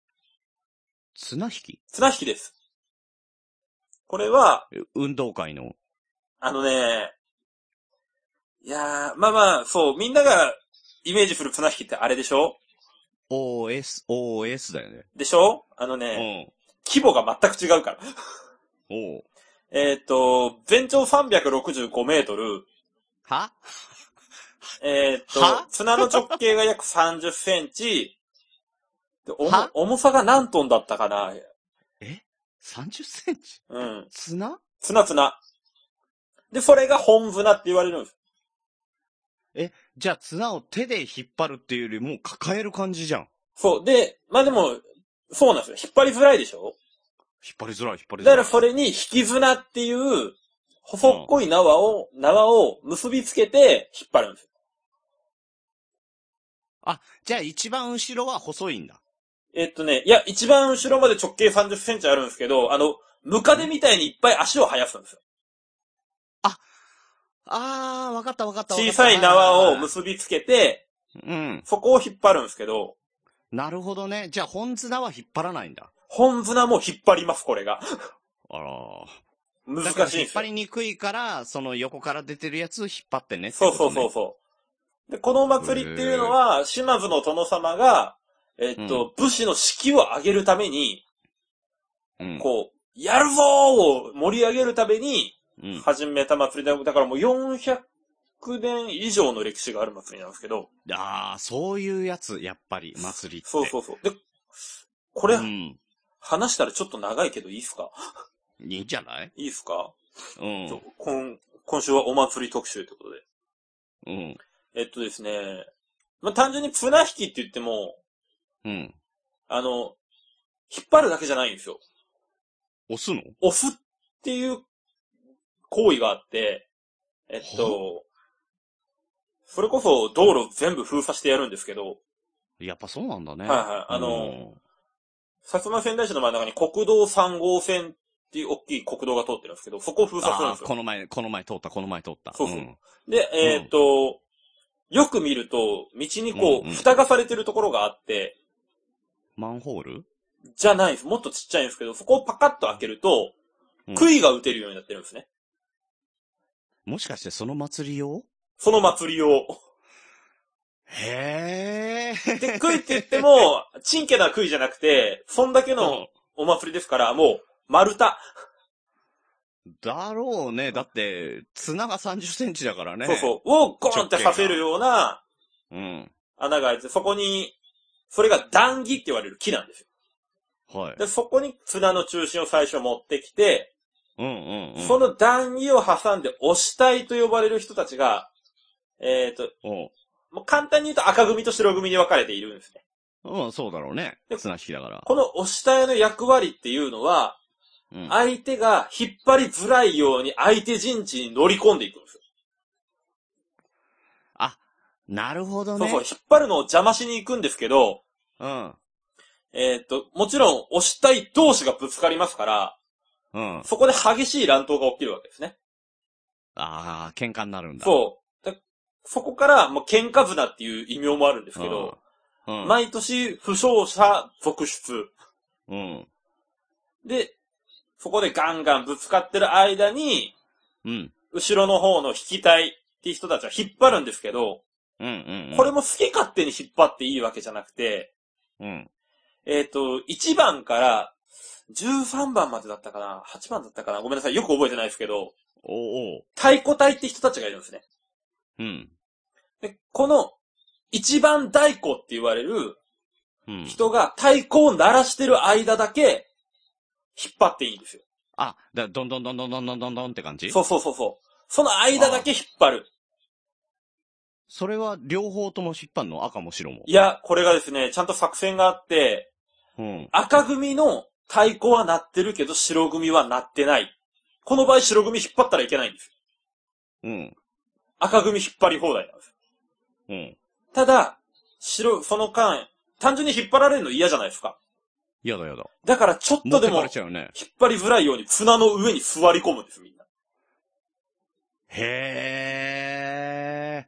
い。綱引き
綱引きです。これは、
運動会の。
あのね、いやー、まあまあ、そう、みんながイメージする綱引きってあれでしょ
OS、OS だよね。
でしょあのね、規模が全く違うから。
うん。おう
えーっと、全長365メートル、
は
えーっと
は、
綱の直径が約30センチ、でおも
は
重さが何トンだったかな
え ?30 センチ
うん。
綱
綱綱。で、それが本綱って言われるんです。
じゃあ綱を手で引っ張るっていうよりもう抱える感じじゃん。
そう。で、まあでも、そうなんですよ。引っ張りづらいでしょ
引っ張りづらい、引っ張りづ
だ
ら
か
い。
らそれに引き綱っていう、細っこい縄を、縄を結びつけて引っ張るんですよ。
じゃあ一番後ろは細いんだ。
えっとね、いや、一番後ろまで直径30センチあるんですけど、あの、ムカデみたいにいっぱい足を生やすんですよ。
あー、わかったわかったわかっ
小
た。
さい縄を結びつけて、
うん。
そこを引っ張るんですけど、
なるほどね。じゃあ本綱は引っ張らないんだ。
本綱も引っ張ります、これが。
あら
難
だから
しいん
引
で
っ
すよ
張。りにくいから、その横から出てるやつを引っ張ってねって
そ
こ
うそ
と
う
ね、
そうそう。で、この祭りっていうのは、島津の殿様が、えっと、武士の士気を上げるために、
うん。
こう、やるぞーを盛り上げるために、
うん。
始めた祭りだ。だからもう400年以上の歴史がある祭りなんですけど、
ああ、そういうやつ、やっぱり、祭りって。
そうそうそう。で、これ、
ん。
話したらちょっと長いけどいいっすか
いいんじゃない
いいっすか、
う
ちょ
ん。
今今週はお祭り特集ってことで。
うん。
えっとですね、まあ、単純に綱引きって言っても、
うん。
あの、引っ張るだけじゃないんですよ。
押すの
押すっていう行為があって、えっと、それこそ道路全部封鎖してやるんですけど、
やっぱそうなんだね。
はいはいあの薩摩仙台市の真ん中に国道3号線っっていう大きい国道が通ってるんですけど、そこを封鎖するん
あ
です
ー
よ
こ。の前、この前通った、この前通った。
そうそうんで、えーっと、よく見ると、道にこ
うんう
う、
ん
蓋がされてるところがあって、
マンホール
じゃないです。もっとちっちゃいんですけど、そこをパカッと開けると
うん、
杭が打てるようになってるんですね。
もしかしてその祭り用
その祭りを。
へえ。
で、杭って言っても、ちんけな杭じゃなくて、 そんだけのお祭りですから、もう、丸太。
だろうね。だって、綱が30センチだからね。
そうそう。をゴーンって刺せるような
う。うん。
穴が開いて、そこに、それが段木って言われる木なんですよ。
はい。
で、そこに綱の中心を最初持ってきて、
うんうんうん。
その段木を挟んで押したいと呼ばれる人たちが、えっ、と、
おう
もう簡単に言うと赤組と白組に分かれているんですね。
うん、そうだろうね
で。
綱引きだから。
この押したいの役割っていうのは、
うん。
相手が引っ張りづらいように相手陣地に乗り込んでいくんですよ。
なるほど
そう
ね。
そう、引っ張るのを邪魔しに行くんですけど、
うん。
えっ、と、もちろん押したい同士がぶつかりますから、
うん。あ
そこで激しい乱闘が起きるわけですね。
あー、喧嘩になるんだ。
そう。でそこから、まあ、喧嘩綱っていう異名もあるんですけど、
うん。うん。
毎年負傷者続出。
うん。
で、そこでガンガンぶつかってる間に、
うん。
後ろの方の引き隊っていう人たちは引っ張るんですけど、
うん。うん。うん
これ、も好き勝手に引っ張っていいわけじゃなくて、
うん。
えっ、と、1番から13番までだったかな ?8 番だったかなごめんなさい。よく覚えてないですけど、
おうおう。
太鼓隊って人たちがいるんですね。
うん。
で、この、一番太鼓って言われる
うん。
人が太鼓を鳴らしてる間だけ、引っ張っていいんですよ。
あ、だ、どんどんどんどんどんどんどんどんって感じ
そうそうそうそう。その間だけ引っ張る。
それは両方とも引っ張んの赤も白も
い。や、これがですね、ちゃんと作戦があって、
うん。
赤組の太鼓は鳴ってるけど白組は鳴ってない。この場合白組引っ張ったらいけないんです。
うん。
赤組引っ張り放題なんです。
うん。
ただ、白、その間、単純に引っ張られるの嫌じゃないですか。
やだやだ。
だからちょっ
持
と
っ
で
て
も
か
引
れ
っ
ちゃうよね。
張りづらいように綱の上に座り込むんです、みんな。
へ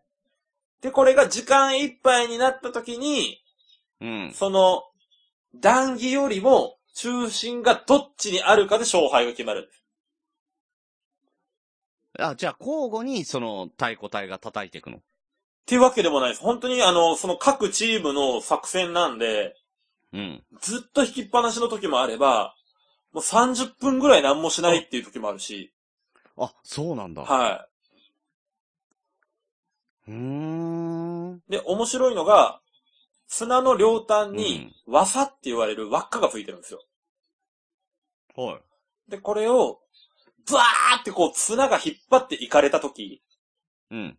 で、これが時間いっぱいになった時に、
え。うん。
その、談義よりも中心がどっちにあるかで勝敗が決まるんです。
あ、じゃあ交互にその太鼓隊が叩いていくの。
っていうわけでもないです。本当にあの、その各チームの作戦なんで、
うん。
ずっと引きっぱなしの時もあれば、もう30分ぐらい何もしないっていう時もあるし、
あ、そうなんだ。
はい。
うーん。うん。
で、面白いのが、砂の両端に、わさって言われる輪っかがついてるんですよ。
はい。
で、これを、バーってこう、砂が引っ張っていかれた時
うん。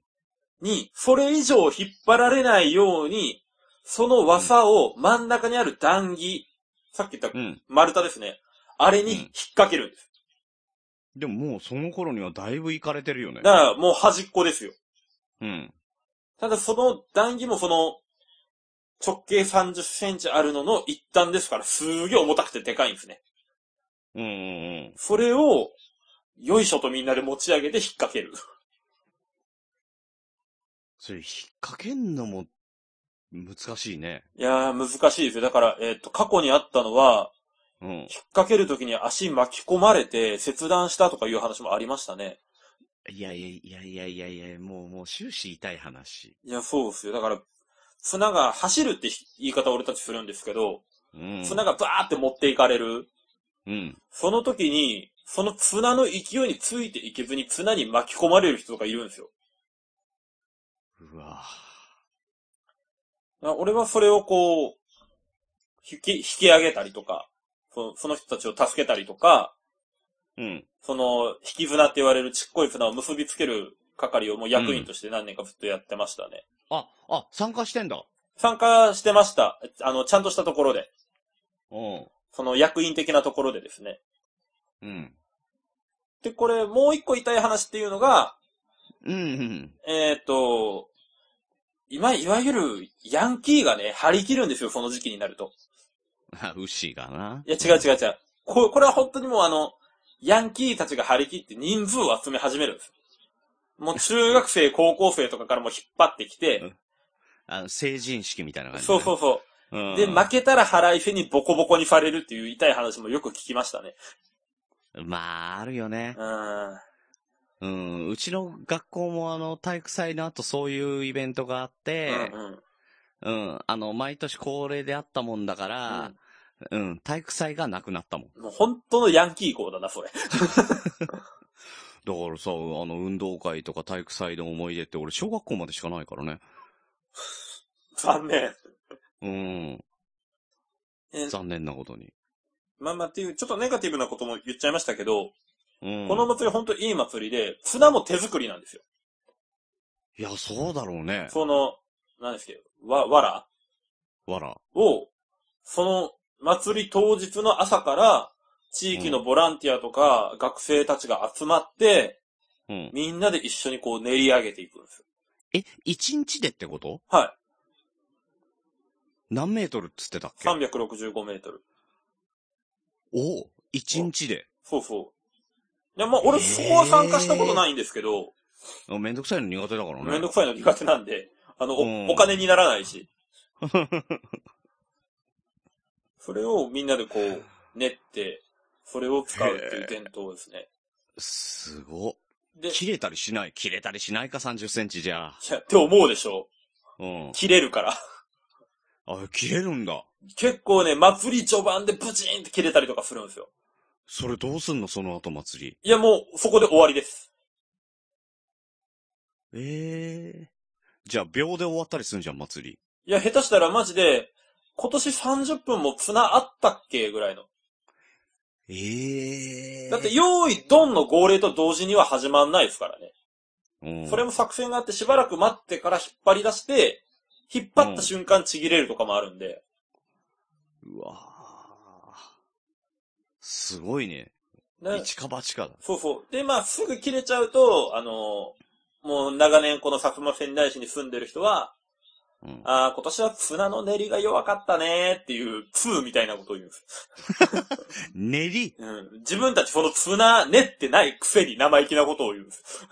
に、それ以上引っ張られないように、そのわさを真ん中にある段木、さっき言った
うん。
丸太ですね。あれに
うん
引っ掛けるんです。
でももうその頃にはだいぶ行かれてるよね
だ。からもう端っこですよ。
うん。
ただその段木もその、直径30センチあるのの一端ですから、すーげえ重たくてでかいんですね。
うんうん
それを、よいしょとみんなで持ち上げて引っ掛ける。
それ引っ掛けんのも難しいね。
いやー、難しいですよ。だから、えっ、と、過去にあったのは、
うん。
引っ掛けるときに足巻き込まれて切断したとかいう話もありましたね。
いやいやいやいやいやいや、もうもう終始痛い話。
いや、そうですよ。だから、綱が走るって言い方を俺たちするんですけど、
うん。
綱がバーって持っていかれる。
うん。
その時に、その綱の勢いについていけずに綱に巻き込まれる人とかいるんですよ。
うわ
あ俺はそれをこう、引き、引き上げたりとか、そその人たちを助けたりとか、
うん。
その、引き綱って言われるちっこい綱を結びつける係をもう役員として何年かずっとやってましたね。
あ、あ、参加してんだ。
参加してました。あの、ちゃんとしたところで。
うん。
その役員的なところでですね。
うん。
で、これ、もう一個痛い話っていうのが、
うんうん。
えっ、と、今、いわゆる、ヤンキーがね、張り切るんですよ、その時期になると。
あ、牛がな。
いや、違う違う違う。ここれは本当にもうあの、ヤンキーたちが張り切って人数を集め始めるんですよ。もう中学生、高校生とかからもう引っ張ってきて、
あの、成人式みたいな感じ。
そうそうそう。
うん。
で、負けたら腹いせにボコボコにされるっていう痛い話もよく聞きましたね。
まあ、あるよね。
うん。
うん。うちの学校もあの、体育祭の後そういうイベントがあって、
うんうん
うん、あの、毎年恒例であったもんだから、うん、体育祭がなくなったもん。
もう本当のヤンキー校だな、それ。
だからさ、あの、運動会とか体育祭の思い出って俺、小学校までしかないからね。
残念。
うん。
え
残念なことに。
まあまあっていう、ちょっとネガティブなことも言っちゃいましたけど、
うん。
この祭り本当いい祭りで、綱も手作りなんですよ。
いや、そうだろうね。
その、何ですけど、わ、わら
わら。
を、その祭り当日の朝から、地域のボランティアとか学生たちが集まって、
うん。
みんなで一緒にこう練り上げていくんですよ。
え、一日でってこと
は
何メートルっつってたっ
い。
け
365メートル。
おう一日で。
そうそう。いや、まあ、俺、そこは参加したことないんですけど、
あめんどくさいの苦手だからね。
めんどくさいの苦手なんで、あの、
うん
おお金にならな いし。それをみんなでこう、練って、それを使うっていう伝統ですね。
すごっ。
で、い
切れたりしない。切れたりしないか、30センチじゃ。
や、って思うでしょ
うん。
切れるから。
あ、切れるんだ。
結構ね、祭り序盤でブチーンって切れたりとかするんですよ。
それどうすんのその後祭り。
いや、もう、そこで終わりです。
ええじゃあ、秒で終わったりすんじゃん、祭り。
いや、下手したらマジで、今年30分も綱あったっけぐらいの。
ええ
だって、用意ドンの号令と同時には始まんないですからね。
うん、
それも作戦があってしばらく待ってから引っ張り出して、引っ張った瞬間ちぎれるとかもあるんで、
うわぁすごいね。
ね
一か八かだ。
そうそう。で、まあ、すぐ切れちゃうと、あのーもう長年この薩摩仙台市に住んでる人は、
うん。
ああ、今年は綱の練りが弱かったねーっていう、通みたいなことを言うんです。
練り
うん。自分たちその綱練ってないくせに生意気なことを言うんです。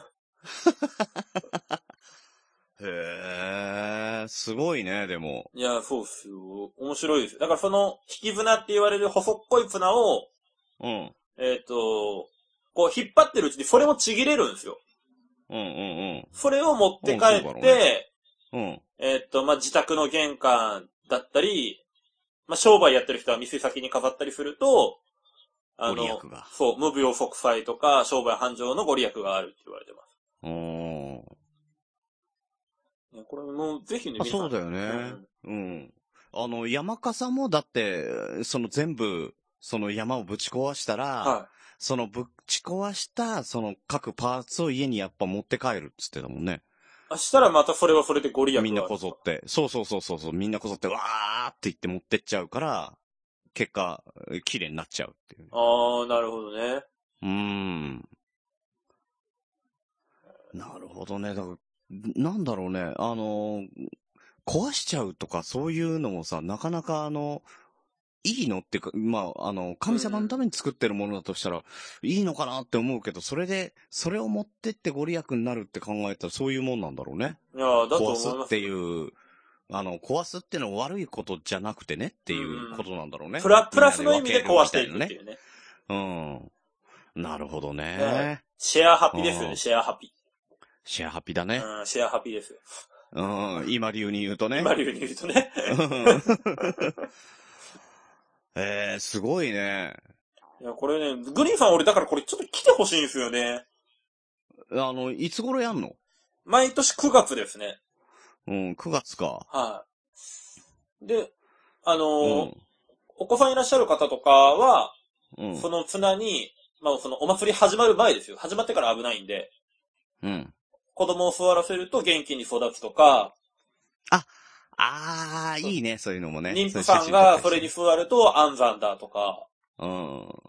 へえ、すごいね、でも。
いや、そうっすよ。面白いです。だからその、引き綱って言われる細っこい綱を、
うん。
えっ、と、こう引っ張ってるうちにそれもちぎれるんですよ。
うんうん
それを持っ
う
て帰
んそうだろ
っ
う
て、
うん。うん。
えっと、まあ、自宅の玄関だったり、まあ、商売やってる人は店先に飾ったりすると、あ
ご利
の
益が、
そう、無病息災とか、商売繁盛のご利益があるって言われてま
うーん。
す。ねこれも、ぜひね、
あ、
皆さん
そうだよね。うん。あの、山笠もだって、その全部、その山をぶち壊したら、
は
そのぶち壊した、その各パーツを家にやっぱ持って帰るっつってたもんね。
い。あしたらまたそれはそれでご利益がある
みんなこぞって。そうそうそうそうそう、みんなこぞってわーって言って持ってっちゃうから、結果、綺麗になっちゃうっていう。
ああ、なるほどね。
うーん。なるほどね。だから、なんだろうね。あの、壊しちゃうとかそういうのもさ、なかなかあの、いいのっていうか、まあ、あの、神様のために作ってるものだとしたら、いいのかなって思うけど、それで、それを持ってってご利益になるって考えたらそういうもんなんだろうね。
いやーだと
壊
思
す
いま
っ
す
て。いう、あの、壊すってのは悪いことじゃなくてねっていうことなんだろうね。
プラ、プラスの意味で壊してい
る
くっていうね。
うん。なるほどね。
ねシェアハピですよ
う
ね、
ん
シェアハピ。
シェアハピだね。
うん、シェアハピですよ。
うん、今流に言うとね。
今流に言うとね。
うん えー、すごいね。
いや、これね、グリーンさん俺だからこれちょっと来てほしいんですよね。
あの、いつ頃やんの
毎年9月ですね。
うん、9月か。
はい。で、あの
う
ー
ん。
お子さんいらっしゃる方とかは、
うん
そ。の綱に、まあそのお祭り始まる前ですよ。始まってから危ないんで、
うん。
子供を座らせると元気に育つとか、
あー、いいね、そういうのもね。
妊婦さんがそれに座ると安産だとか、
うん。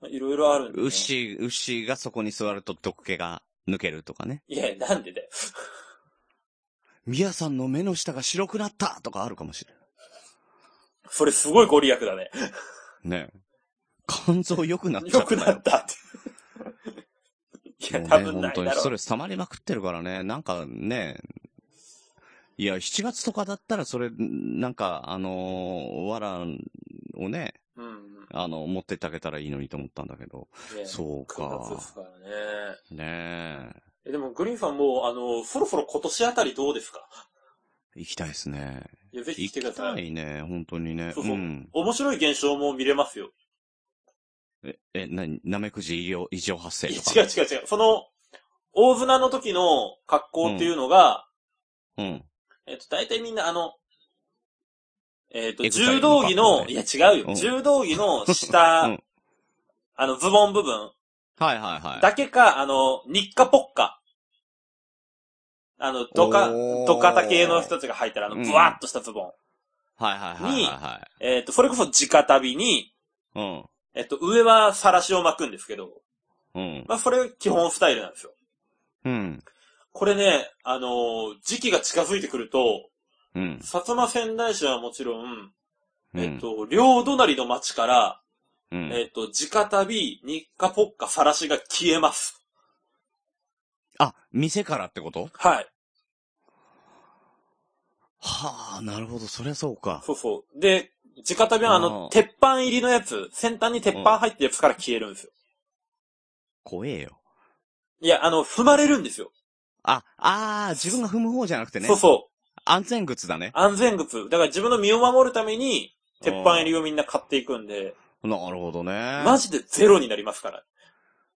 まあいろいろあるんで、ね。
牛、牛がそこに座ると毒気が抜けるとかね。
いや、なんでだよ。
ミヤさんの目の下が白くなったとかあるかもしれ
それすごいご利益だね。
ない。ね。肝臓良くなっちゃ っ
良
た
く
よ。
なった って。
もう
いや、
ね
多分ない
本当
だ
に
ろ
スト
う。
レス溜まりまくってるからね、なんかね、いや、7月とかだったらそれ、なんか、あのー、わらをね、
うんうん。
あの、持ってってあげたらいいのにと思ったんだけど。
ね
そう
9月
か
で。すからね。
ねえ。
え、でもグリーンさんもう、あの、そろそろ今年あたりどうですか
行きたいですね。
いや、ぜひ
行
来てくだ
き
さ
た
い。
いね、本当にね。。
そうそうん面白い現象も見れますよ。
え、え、なに、なめくじ異常、異常発生
いや
とか。
違う違う違う。その、大船の時の格好っていうのが、
うん。
えっと、大体みんなあの、えっ、と、
エグザイ
柔
ルの
道
格好ね
着の、いや違うよ、
うん
柔道着の下、
うん
あの、ズボン部分
はいはいはい。
だけか、あの、日課ポッカ。あの、ドカ、
おー
ドカタ系の人たちが履いてるあの、
うん
ブワーっとしたズボン。
はいはいはいは
えっ、と、それこそ直旅に、
いはい。
えっと、上はさらしを巻くんですけど、
うん。うん。
まあ、それ基本スタイルなんですよ。
うん。
これね、あのー時期が近づいてくると、
うん。
薩摩仙台市はもちろん、
うん
えっ、と、両隣の町から、
うん。
えっ、と、直旅、日課ポッカ、さらしが消えます。
あ、店からってこと
はい。
はあ、なるほど、そりゃそうか。
そうそう。で、直旅はあ
うん
の、鉄板入りのやつ、先端に鉄板入ってるやつから消えるんですよ。
怖えよ。
いや、あの、踏まれるんですよ。
あ、あー、自分が踏む方じゃなくてね
そう。そう。
安全靴だね。
安全靴。だから自分の身を守るために、鉄板入りをみんな買っていくんで、
なるほどね。
マジでゼロになりますから。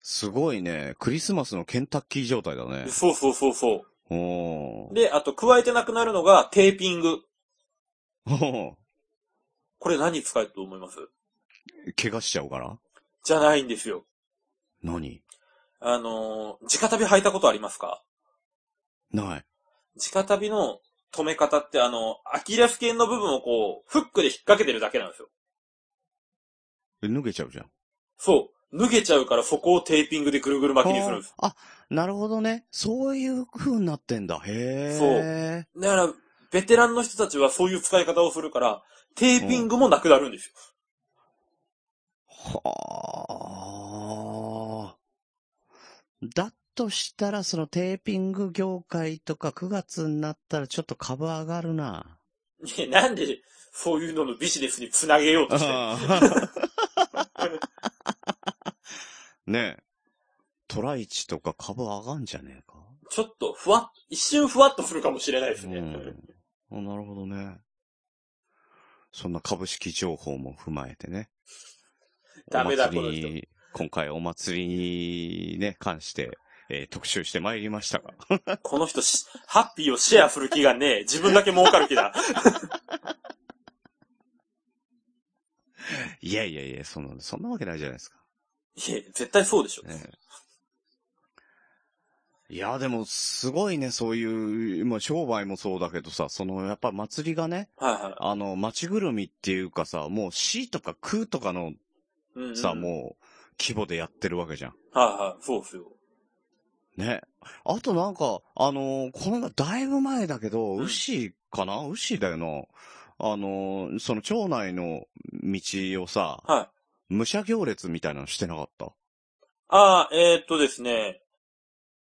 すごいね。クリスマスのケンタッキー状態だね。
そうそうそうそう。
おー。
で、あと加えてなくなるのがテーピング。
お
これ何使えると思います
ー怪我しちゃうから
じゃないんですよ。
何
あのー、直旅履いたことありますか
ない。
直旅の止め方ってあの、アキレス腱の部分をこう、フックで引っ掛けてるだけなんですよ。
え脱げちゃうじゃん。
そう。脱げちゃうからそこをテーピングでぐるぐる巻きにするんです。
あーあなるほどね。そういう風になってんだ。へえ。
だから、ベテランの人たちはそういう使い方をするから、テーピングもなくなるんですよ。
そう。はあ。だとしたら、そのテーピング業界とか9月になったらちょっと株上がるな。
ねなんで、そういうののビジネスにつなげようとしてる
ねえ。トライチとか株上がんじゃねえか
ちょっと、ふわっ、一瞬ふわっとするかもしれないですね。
うんあなるほどね。そんな株式情報も踏まえてね。
ダメだ
お祭り今回お祭りにね、関して、えー特集してまいりましたが。
この人し、ハッピーをシェアする気がねえ。 自分だけ儲かる気だ。
いやいやいや、そんな、そんなわけないじゃないですか。
いや、絶対そうでしょ。
ねいや、でも、すごいね、そういう、まあ、商売もそうだけどさ、その、やっぱ祭りがね、
はいは
あの、街ぐるみっていうかさ、もう死とか空とかの
い。うん、うん。
さ、もう、規模でやってるわけじゃん。
はいはい。そうですよ。
ね。あとなんか、あのーこの間、だいぶ前だけど、
うん
牛かな牛だよな。あのーその町内の道をさ、
はい。
武者行列みたいなのしてなかった。
ああ、えー、っとですね。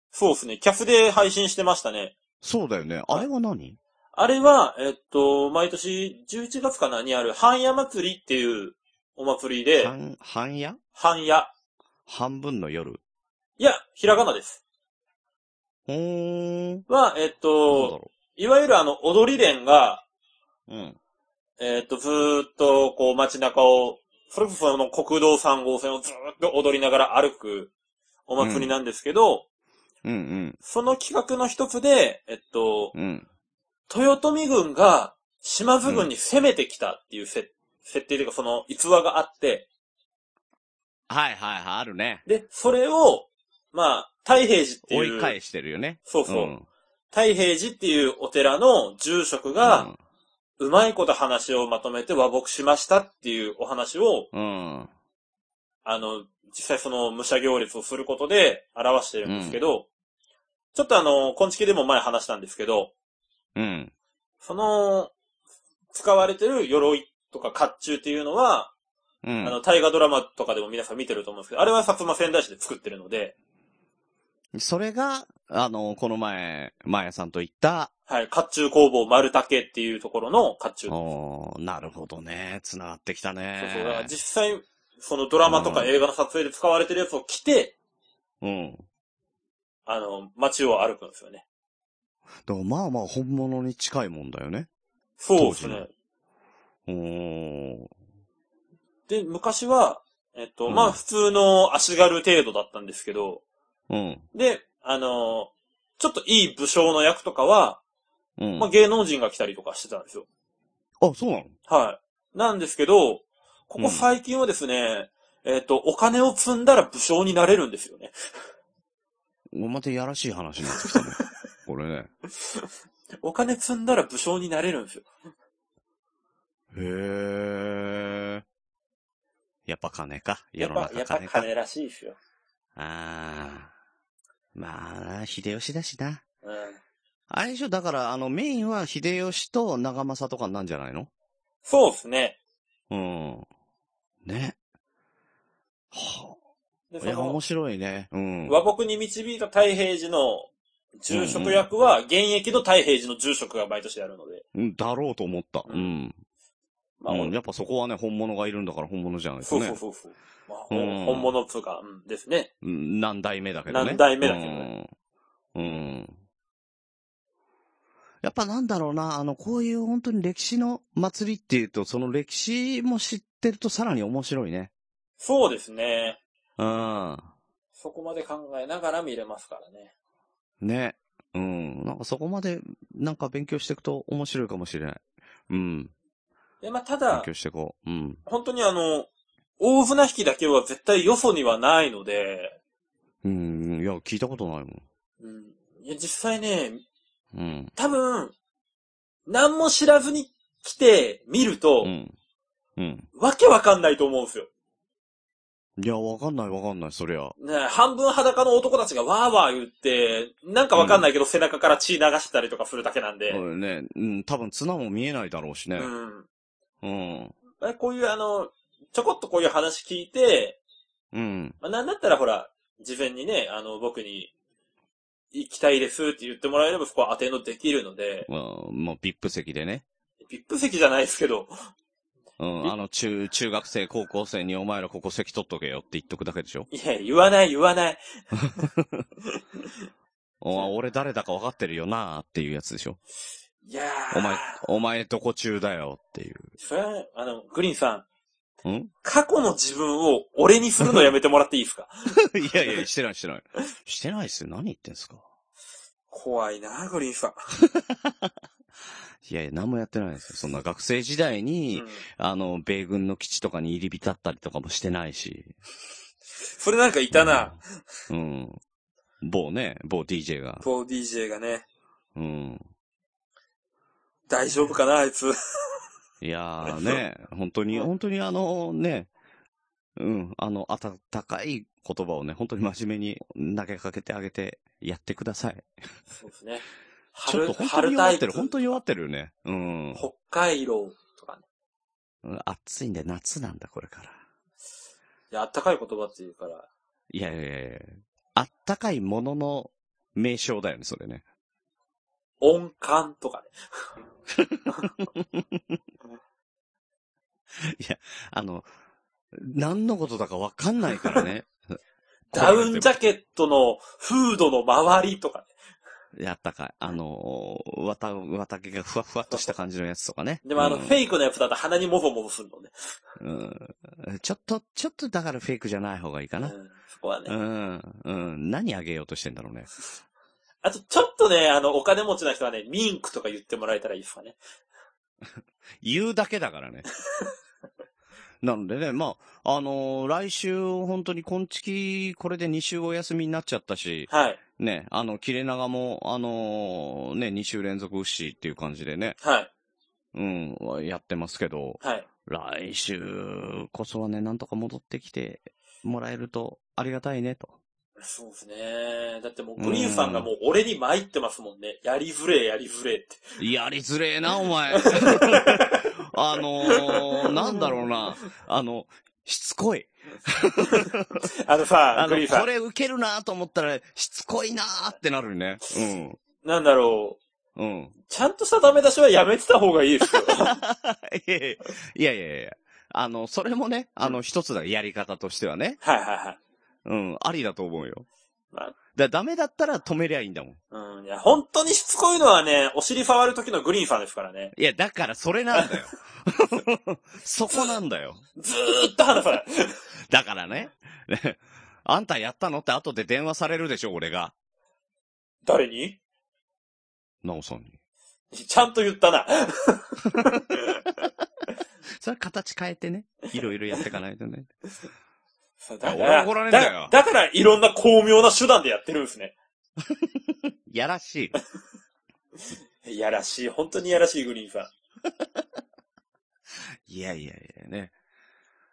そうですね。キャフで配信してましたね。
そうだよね。あれは何
あれは、えっと、毎年11月かなにある半夜祭りっていうお祭りで、
半、半夜
半夜。
半分の夜。
いや、ひらがなです。
ほーん。
は、
なん
えっ
だ
と、
ろ
いわゆるあの、踊り連が、
う。うん。
えっと、ずーっと、こう、街中を、それこそあの、国道3号線をずーっと踊りながら歩くお祭りなんですけど、
うん
その企画の一つで、えっと、
うん。うん。
豊臣軍が島津軍に攻めてきたっていうせ、設定というか、その逸話があって、
はいはいはい、あるね。
で、それを、まあ、太平寺って
追
いう、
い返してるよね。
そうそう、
ん
太平寺っていうお寺の住職が、うまいこと話をまとめて和睦しましたっていうお話を、
うん。うん。
あの、実際その武者行列をすることで表してるんですけど、ちょっとあの、昆虫でも前話したんですけど、
うん。
その、使われてる鎧とか甲冑っていうのは、
う
あ
ん。
の、大河ドラマとかでも皆さん見てると思うんですけど、あれは薩摩仙台市で作ってるので、
それが、あの、この前、マヤさんと言った、
はい、甲冑工房丸竹っていうところの甲冑。
おーなるほどね。繋がってきたね。
そうそう。だから実際、そのドラマとか映画の撮影で使われてるやつを着て、
うん。
あの、街を歩くんですよね。
でもまあまあ本物に近いもんだよね。
そうで
当時
す
の
ね。
おー
で、昔は、えっと、
うん
まあ普通の足軽程度だったんですけど、
うん。
で、あの、ちょっといい武将の役とかは、
うん。
まあ芸能人が来たりとかしてたんですよ。
あ、そうなの
はい。なんですけど、こ
うん
こ最近はですね、えっ、と、お金を積んだら武将になれるんですよね。
またやらしい話になってきた ね。これね。
お金積んだら武将になれるんですよ。
へえ。やっぱ金か。世
やっ
の
ぱ、や
中
っぱ
金か。
金らしいですよ。
ああ。まあ、秀吉だしな。
うん。
あれでしょ、だから、あの、メインは秀吉と長政とかなんじゃないの
そうですね。
うん。ね。は
で、
あ、い
そ
や、面
の、
白いね。うん。
和国に導いた太平寺の住職役は、現役の太平寺の住職が毎年やるので。
うんだろうと思った。う
うん
ん。
まあ、
うんやっぱそこはね、本物がいるんだから本物じゃないです
そ
か
う
ね。
そうそうそう。まあ、
うん
本物っつうか、うん、ですね。
うん何代目だけどね。
何代目だけどね
うん。うん。やっぱなんだろうな、あの、こういう本当に歴史の祭りっていうと、その歴史も知ってるとさらに面白いね。
そうですね。
うん。
そこまで考えながら見れますからね。
ね。うん。なんかそこまで、なんか勉強していくと面白いかもしれない。うん。
で、まあ、た
勉
だ、
強していこう。うん。
本当にあの、大船引きだけは絶対よそにはないので、
うん。いや、聞いたことないもん。
うん、いや実際ね、
うん。
多分、何も知らずに来て見ると、
うん。うん。
わけわかんないと思うんですよ。
いや、わかんないわかんない、そりゃ。
ね、半分裸の男たちがわーわー言って、なんかわかんないけど背中から血流してたりとかするだけなんで、
これね、うん、多分綱も見えないだろうしね。
うん
うん。
まあこういうあの、ちょこっとこういう話聞いて、
うん。
まあ、なんだったらほら、事前にね、あの、僕に、行きたいですって言ってもらえればそこは当てのできるので、
まあ、もうビップ席でね。
ビップ席じゃないですけど、
うん、あの、中、中学生、高校生にお前らここ席取っとけよって言っとくだけでしょ。
いや、言わない言わない。
お俺誰だか分かってるよなーっていうやつでしょ。
いやー。
お前、お前どこ中だよって いう。
それは、あの、グリーンさん。
ん
過去の自分を俺にするのやめてもらっていいですか
いやいや、してないしてない。してないっすよ。何言ってんすか。
怖いな、グリーンさん。
いやいや、何もやってないですよ。そんな学生時代に、
うん
あの、米軍の基地とかに入り浸ったりとかもしてないし。
それなんかいたな、
うん。うん。某ね、某 DJ が。
ポー DJ がね。
うん。
大丈夫かな、あいつ。
いやーね、本当に、
うん
本当にあのね、うん、あの、温かい言葉をね、本当に真面目に投げかけてあげて、やってください。
そうですね。
ちょっ
春、
と本当
春
に弱
タイ
ってる、。
プ
本当に弱ってるよね。うん。
北海道とかね。
うん暑いんで夏なんだ、これから。
いや、あったかい言葉っていうから。
いやいやいやいやあったかいものの名称だよね、それね。
温感とかね。。
あの、何のことだかわかんないからね
ダウンジ
ゃ
ャケットのフードの周りとかね。
あったかい。あの、わた、わたけがふわふわっとした感じのやつとかね。
でもあの、
うん
フェイクのやつだと鼻にもぞもぞするのね。
うんちょっと、ちょっとだからフェイクじゃない方がいいかな。
うんそこはね
う。ん。うん。何あげようとしてんだろうね。
あと、ちょっとね、あの、お金持ちな人はね、ミンクとか言ってもらえたらいいですかね。
言うだけだから ね。なのでね、まあ、あのー来週、本当に、こんちき、これで2週お休みになっちゃったし、
はい。
ね、あの、切れ長も、あのーね、2週連続牛っていう感じでね、
はい。
うん、やってますけど、
はい。
来週こそはね、なんとか戻ってきてもらえるとありがたいね、と。
そうですね。だってもう、グリーンさんがもう俺に参ってますもんね。やりづれえ、やりづれえって。
やり づれえな、お前。あのー、なんだろうな。あの、しつこい。
あのさ、
あ
グ
の
リーン、さ
これ受けるなと思ったら、しつこいなーってなるね。
ん、なんだろう。
うん。うん。
ちゃんとしたダメ出しはやめてた方がい いですよ。
いやいやいやいや。あの、それもね、あの、一つだ、やり方としてはね。
はいはいはい。
うん、ありだと思うよ。
まあ
だダメだったら止めりゃいいんだもん。
うん、いや、本当にしつこいのはね、お尻触る時のグリーンさんですからね。
いや、だからそれなん だよ。そこなんだよ。
ずーっと話さない。
だからね。 ねあんたやったのって後で電話されるでしょ、俺が。
誰に
なおさんに。
ちゃんと言 ったな。
それは形変えてね。いろいろやっていかないとね。
そうだか
俺は
ら、
怒られんだよ
だだからいろんな巧妙な手段でやってるんですね。
やらしい。
いやらしい、本当にいやらしいグリーンさん。
いやいやいやね。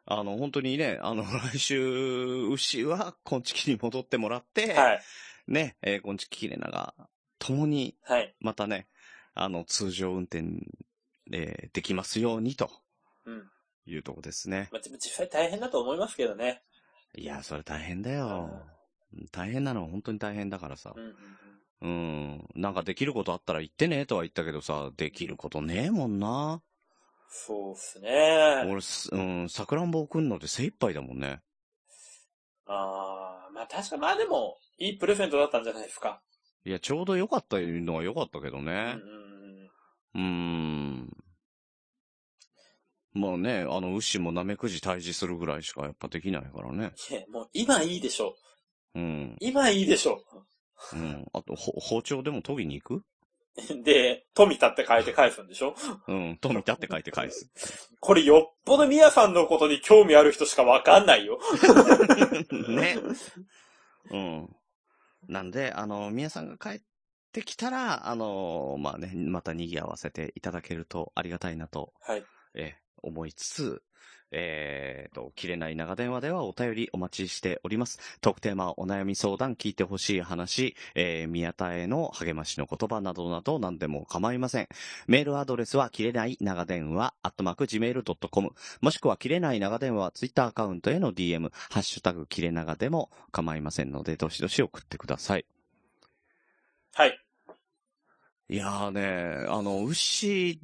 あの、本当にね、あの、 来週、牛は、昆虫に戻ってもらって、
はい。
ね、えー、昆虫キレナが、共に、
はい。
またね、あの、通常運転、えーできますように、と
うん。
いうとこですね。
まあ、でも実際大変だと思いますけどね。
いや、それ大変だよ。大変なのは本当に大変だからさ
う。んうんうん。
うん。なんかできることあったら言ってね、とは言ったけどさ、できることねえもんな。
そうっすね。
俺す、うん、桜んぼ送るので精一杯だもんね。
あーまあ確か、まあでも、いいプレゼントだったんじゃないですか。
いや、ちょうど良かったのは良かったけど
うんう
ね
ん。
うー
うん。
ん。まあね、あの、牛もナメクジ退治するぐらいしかやっぱできないからね。
いや、もう今いいでしょ。
うん。
今いいでしょ。
うん。あと、ほ包丁でも研ぎに行
で、富田って書いて返すんでしょ
くうん。富田って書いて返す。
これよっぽどミヤさんのことに興味ある人しかわかんないよ。
ね。うん。なんで、あの、皆さんが帰ってきたら、あの、まあね、また賑わせていただけるとありがたいなと、
はい。
え、思いつつ、えーと、切れない長電話ではお便りお待ちしております。特テーマ、お悩み相談、聞いてほしい話、えー、宮田への励ましの言葉などなど何でも構いません。メールアドレスは切れない長電話、アットマーク gmail.com、もしくは切れない長電話、ツイッターアカウントへの DM、ハッシュタグ切れ長でも構いませんので、どしどし送ってください。
はい。
いやーね、あの、牛、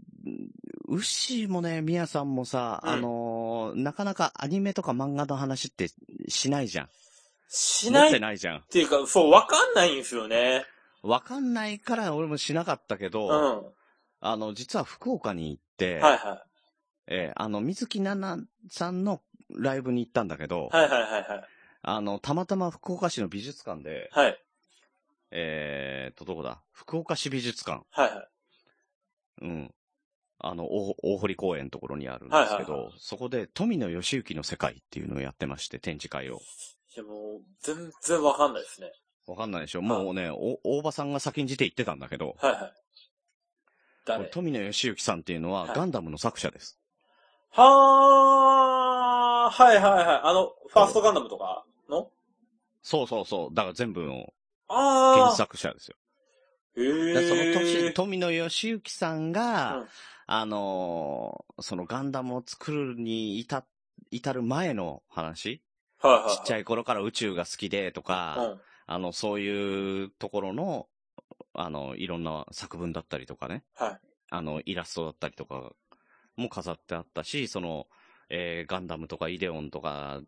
牛もね、みやさんもさ、
うん
あのーなかなかアニメとか漫画の話ってしないじゃん。
しな
持っ
い
て
っ
ないじゃん。
ていうか、そう、わかんないんですよね。
わかんないから俺もしなかったけ
う
ど、
ん。は
あの、実は福岡に行っ
い
て、
は
えーあの、水木奈々さんのライブに行ったんだけど、
い。はいはいはいはい。
あの、たまたま福岡市の美術館で、
はい。
えーっと、どこだ福岡市美術館。
はいはい。
うん。あの、大大堀公園のところにあるんですけど、
はいはい
そこで富野義行の世界っていうのをやってまして、展示会を。
いやもう、全然わかんないですね。
わかんないでしょもうね、お大場さんが先んじて言ってたんだけど、
はいはい。
こ
誰
れ富野義行さんっていうのは
はい
ガンダムの作者です。
はー、はいはいはい。あの、ファーストガンダムとかの
そうそうそう。だから全部の原
あー。
作者ですよ。
へー。
でその富富野義行さんが、
うん
あのーそのガンダムを作るに至至る前の話、
はいはいはい。
ちっちゃい頃から宇宙が好きでとか、
うん。
あの、そういうところの、あの、いろんな作文だったりとかね。
はい
あの、イラストだったりとかも飾ってあったし、その、えーガンダムとかイデオンとか、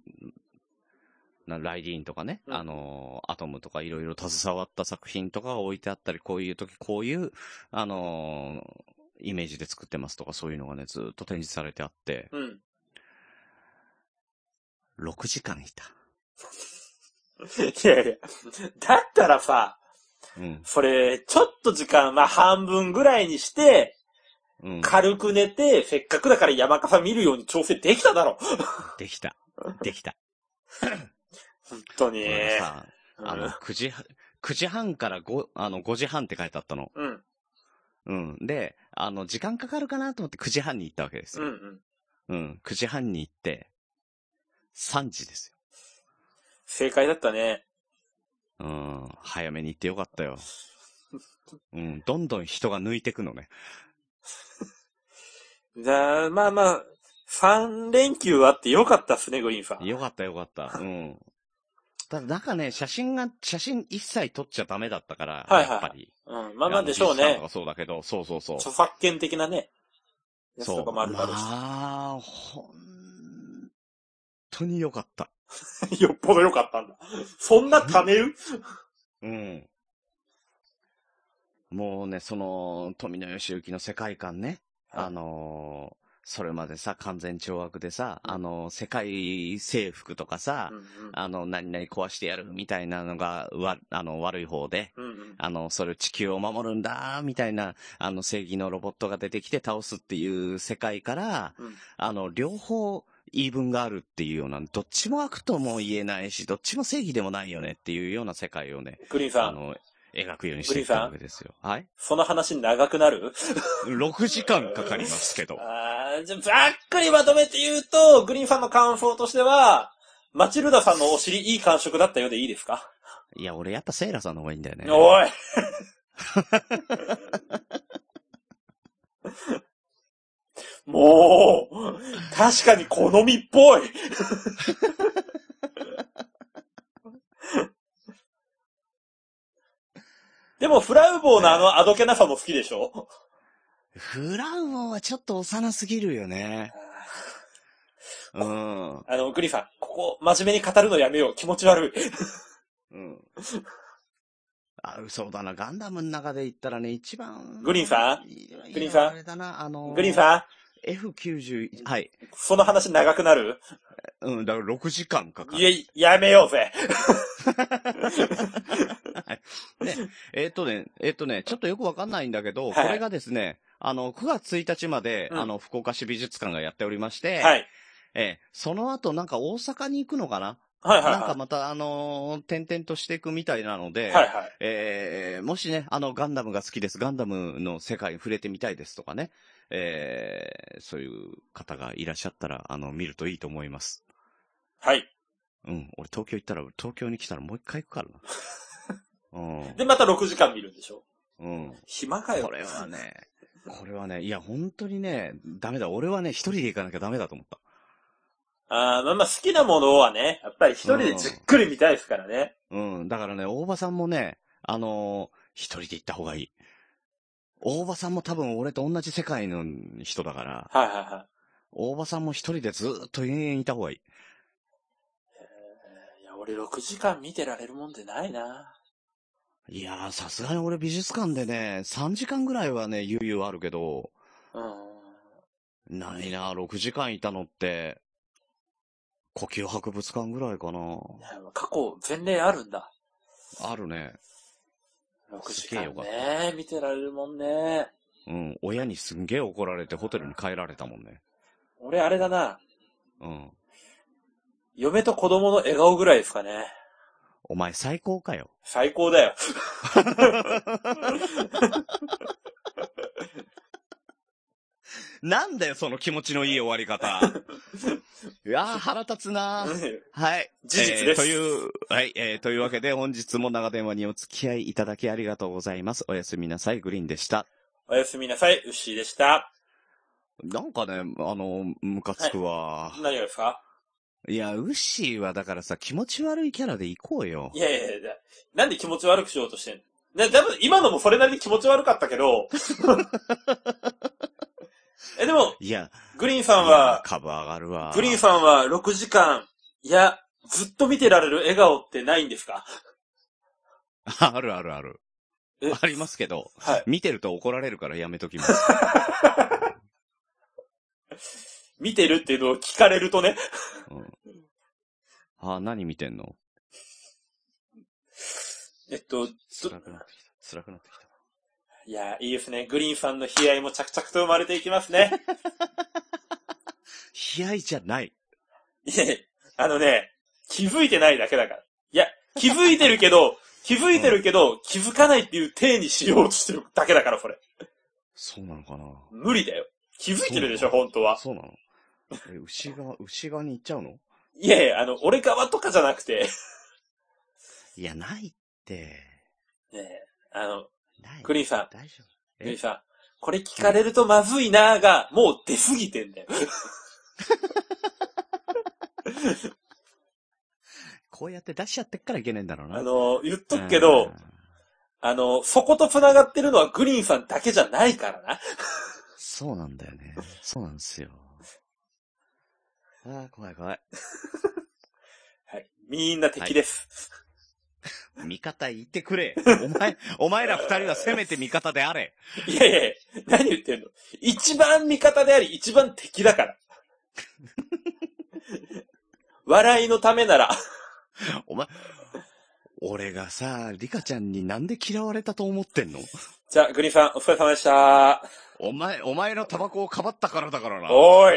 なライディーンとかね、
うん
あの、アトムとかいろいろ携わった作品とか置いてあったり、こういう時こういう、あのーイメージで作ってますとかそういうのがね、ずっと展示されてあって、
うん。
6時間いた。
いやいや。だったらさ、
うん。
それ、ちょっと時間、まあ半分ぐらいにして、
うん。
軽く寝て、せっかくだから山笠見るように調整できただろ。
できた。できた。
本当に
こ。れがさ、
うん
あの、9時、9時半から5、あの、5時半って書いてあったの。
うん。
うん。で、あの、時間かかるかなと思って9時半に行ったわけです
うんう
よ。
ん。
うん。9時半に行って、3時です
正解だったね。
よ。うん。早めに行ってよかった よ。うん。どんどん人が抜いてくのね。
じゃあ、まあまあ、 3連休あってよかったっすね、グリーンさん。
よかったよかった。うん。ただ、なんかね、写真が、写真一切撮っちゃダメだったから、
はいはい
やっぱり。
うん。まあまあでしょう
あの富士山と
ね。
かそうだけど、そうそうそう。
著作権的なね。やつとかもあるだ
ま
ろうし。
あ、ほんとに良かった。
よっぽど良かったんだ。そんな貯める
うん。もうね、その、富野義行の世界観ね。
はい
あのーそれまでさ、完全懲悪でさ、あのー世界征服とかさ、
うんうん
あの、何々壊してやるみたいなのが、わ、あの、悪い方で、
うんうん。
あの、それを地球を守るんだ、みたいな、あの、正義のロボットが出てきて倒すっていう世界から、
うん
あの、両方言い分があるっていうような、どっちも悪とも言えないし、どっちも正義でもないよねっていうような世界をね、
グリーンさ
あ
ん、
の、描くようにしていったわけですよ。はい
その話長くなる
?6 時間かかりますけど。
あーじゃあ、ざっくりまとめて言うと、グリーンさんの感想としては、マチルダさんのお尻いい感触だったようでいいですか
いや、俺やっぱセイラさんの方がいいんだよね。
おいもう、確かに好みっぽいでも、フラウボーのあのあどけなさも好きでしょ
フラウオはちょっと幼すぎるよね。うん。
あの、グリファン、ここ、真面目に語るのやめよう。気持ち悪い。
うん。あ、そうだな。ガンダムの中で言ったらね、一番。
グリーンさん
ん
グリーンさん
あれだな、あの
グリー
ん
ンさん、
?F91。はい。
その話長くなる
うん、だから6時間かかる。
いや、やめようぜ。
えっ、とね、えっ、とね、ちょっとよくわかんないんだけど、
はい
これがですね、あの、9月1日まで、
うん
あの、福岡市美術館がやっておりまして、
はい。
えーその後なんか大阪に行くのかな、
はいはい
なんか
は
また、あのー転々としていくみたいなので、
い。はいはい。
えーもしね、あの、ガンダムが好きです、ガンダムの世界に触れてみたいですとかね、えーそういう方がいらっしゃったら、あの、見るといいと思います。
はい。
うん、俺東京行ったら、東京に来たらもう一回行くから な。
で、また6時間見るんでしょ
うん。うん。
暇かよ。
これはね、これはね、いや、本当にね、ダメだ。俺はね、一人で行かなきゃダメだと思った。
あーまあまあ好きなものはね、やっぱり一人でじっくり見たいですからね。
うん。だからね、大場さんもね、あのー一人で行った方がいい。大場さんも多分俺と同じ世界の人だから、
はいはいは
大場さんも一人でずーっと延々いた方がいい。
い。いや、俺6時間見てられるもんでないな。
いやー、さすがに俺美術館でね、3時間ぐらいはね、悠々あるけど、
うん。
ないなー、6時間いたのって、呼吸博物館ぐらいかない
や過去、前例あるんだ。
あるね。
6
す
時
げえよ
間
かった
ね、見てられるもんね。
うん、親にすんげえ怒られてホテルに帰られたもんね。
俺あれだな、
うん。
嫁と子供の笑顔ぐらいですかね。
お前最高かよ。
最高だよ。
なんだよ、その気持ちのいい終わり 方。いやー、腹立つなー。はい。
事実で
えーと
す
いう、はい、えーというわけで本日も長電話にお付き合いいただきありがとうございます。おやすみなさい、グリーンでした。
おやすみなさい、ウッシーでした。
なんかね、あの、ムカつくわ。
何がですか
い、や、ウッシーはだからさ、気持ち悪いキャラで行こうよ
い。やいやいや、なんで気持ち悪くしようとしてんのだ多分今のもそれなりに気持ち悪かったけど。 え、でも、
いや、
グリーンさんは、
カバー上がるわ。
グリーンさんは6時間、いや、ずっと見てられる笑顔ってないんですか
あるあるある
え。
ありますけど、
はい
見てると怒られるからやめときます。
見てるっていうのを聞かれると ね。
あー、何見てんの
えっと、
辛くなってきた。辛くなってきた。
いや、いいですね。グリーンさんの悲哀も着々と生まれていきますね。
悲哀じゃない。
いやいやあのね、気づいてないだけだから。いや、気づいてるけど、気づいてるけど、気づかないっていう体にしようとしてるだけだから、それ。
そうなのかな
無理だよ。気づいてるでしょ、
そう
本当は。
そうなのえ、牛 側、牛側に行っちゃうの
いやいや、あの、俺側とかじゃなくて、
いや、ないって。
ねえ、あの、
ない。
クリーンさん、
大丈夫。
クリーン
え、
さん、これ聞かれるとまずいなーが、もう出すぎてんだよ。
こうやって出しちゃってっからいけねえんだろうな。
あの、言っとくけど、
うん、
あの、そこと繋がってるのはグリーンさんだけじゃないからな。
そうなんだよね。そうなんですよ。ああ、怖い怖い。
はい。みんな敵です。
味方言ってくれ。お 前、お前ら二人はせめて味方であれ。
い、やいやいや何言ってんの一番味方であり、一番敵だから。笑いのためなら、
お前、俺がさ、リカちゃんになんで嫌われたと思ってんの
じゃあ、グリーンさん、お疲れ様でした。
お前、お前のタバコをかばったからだからな。
おーい。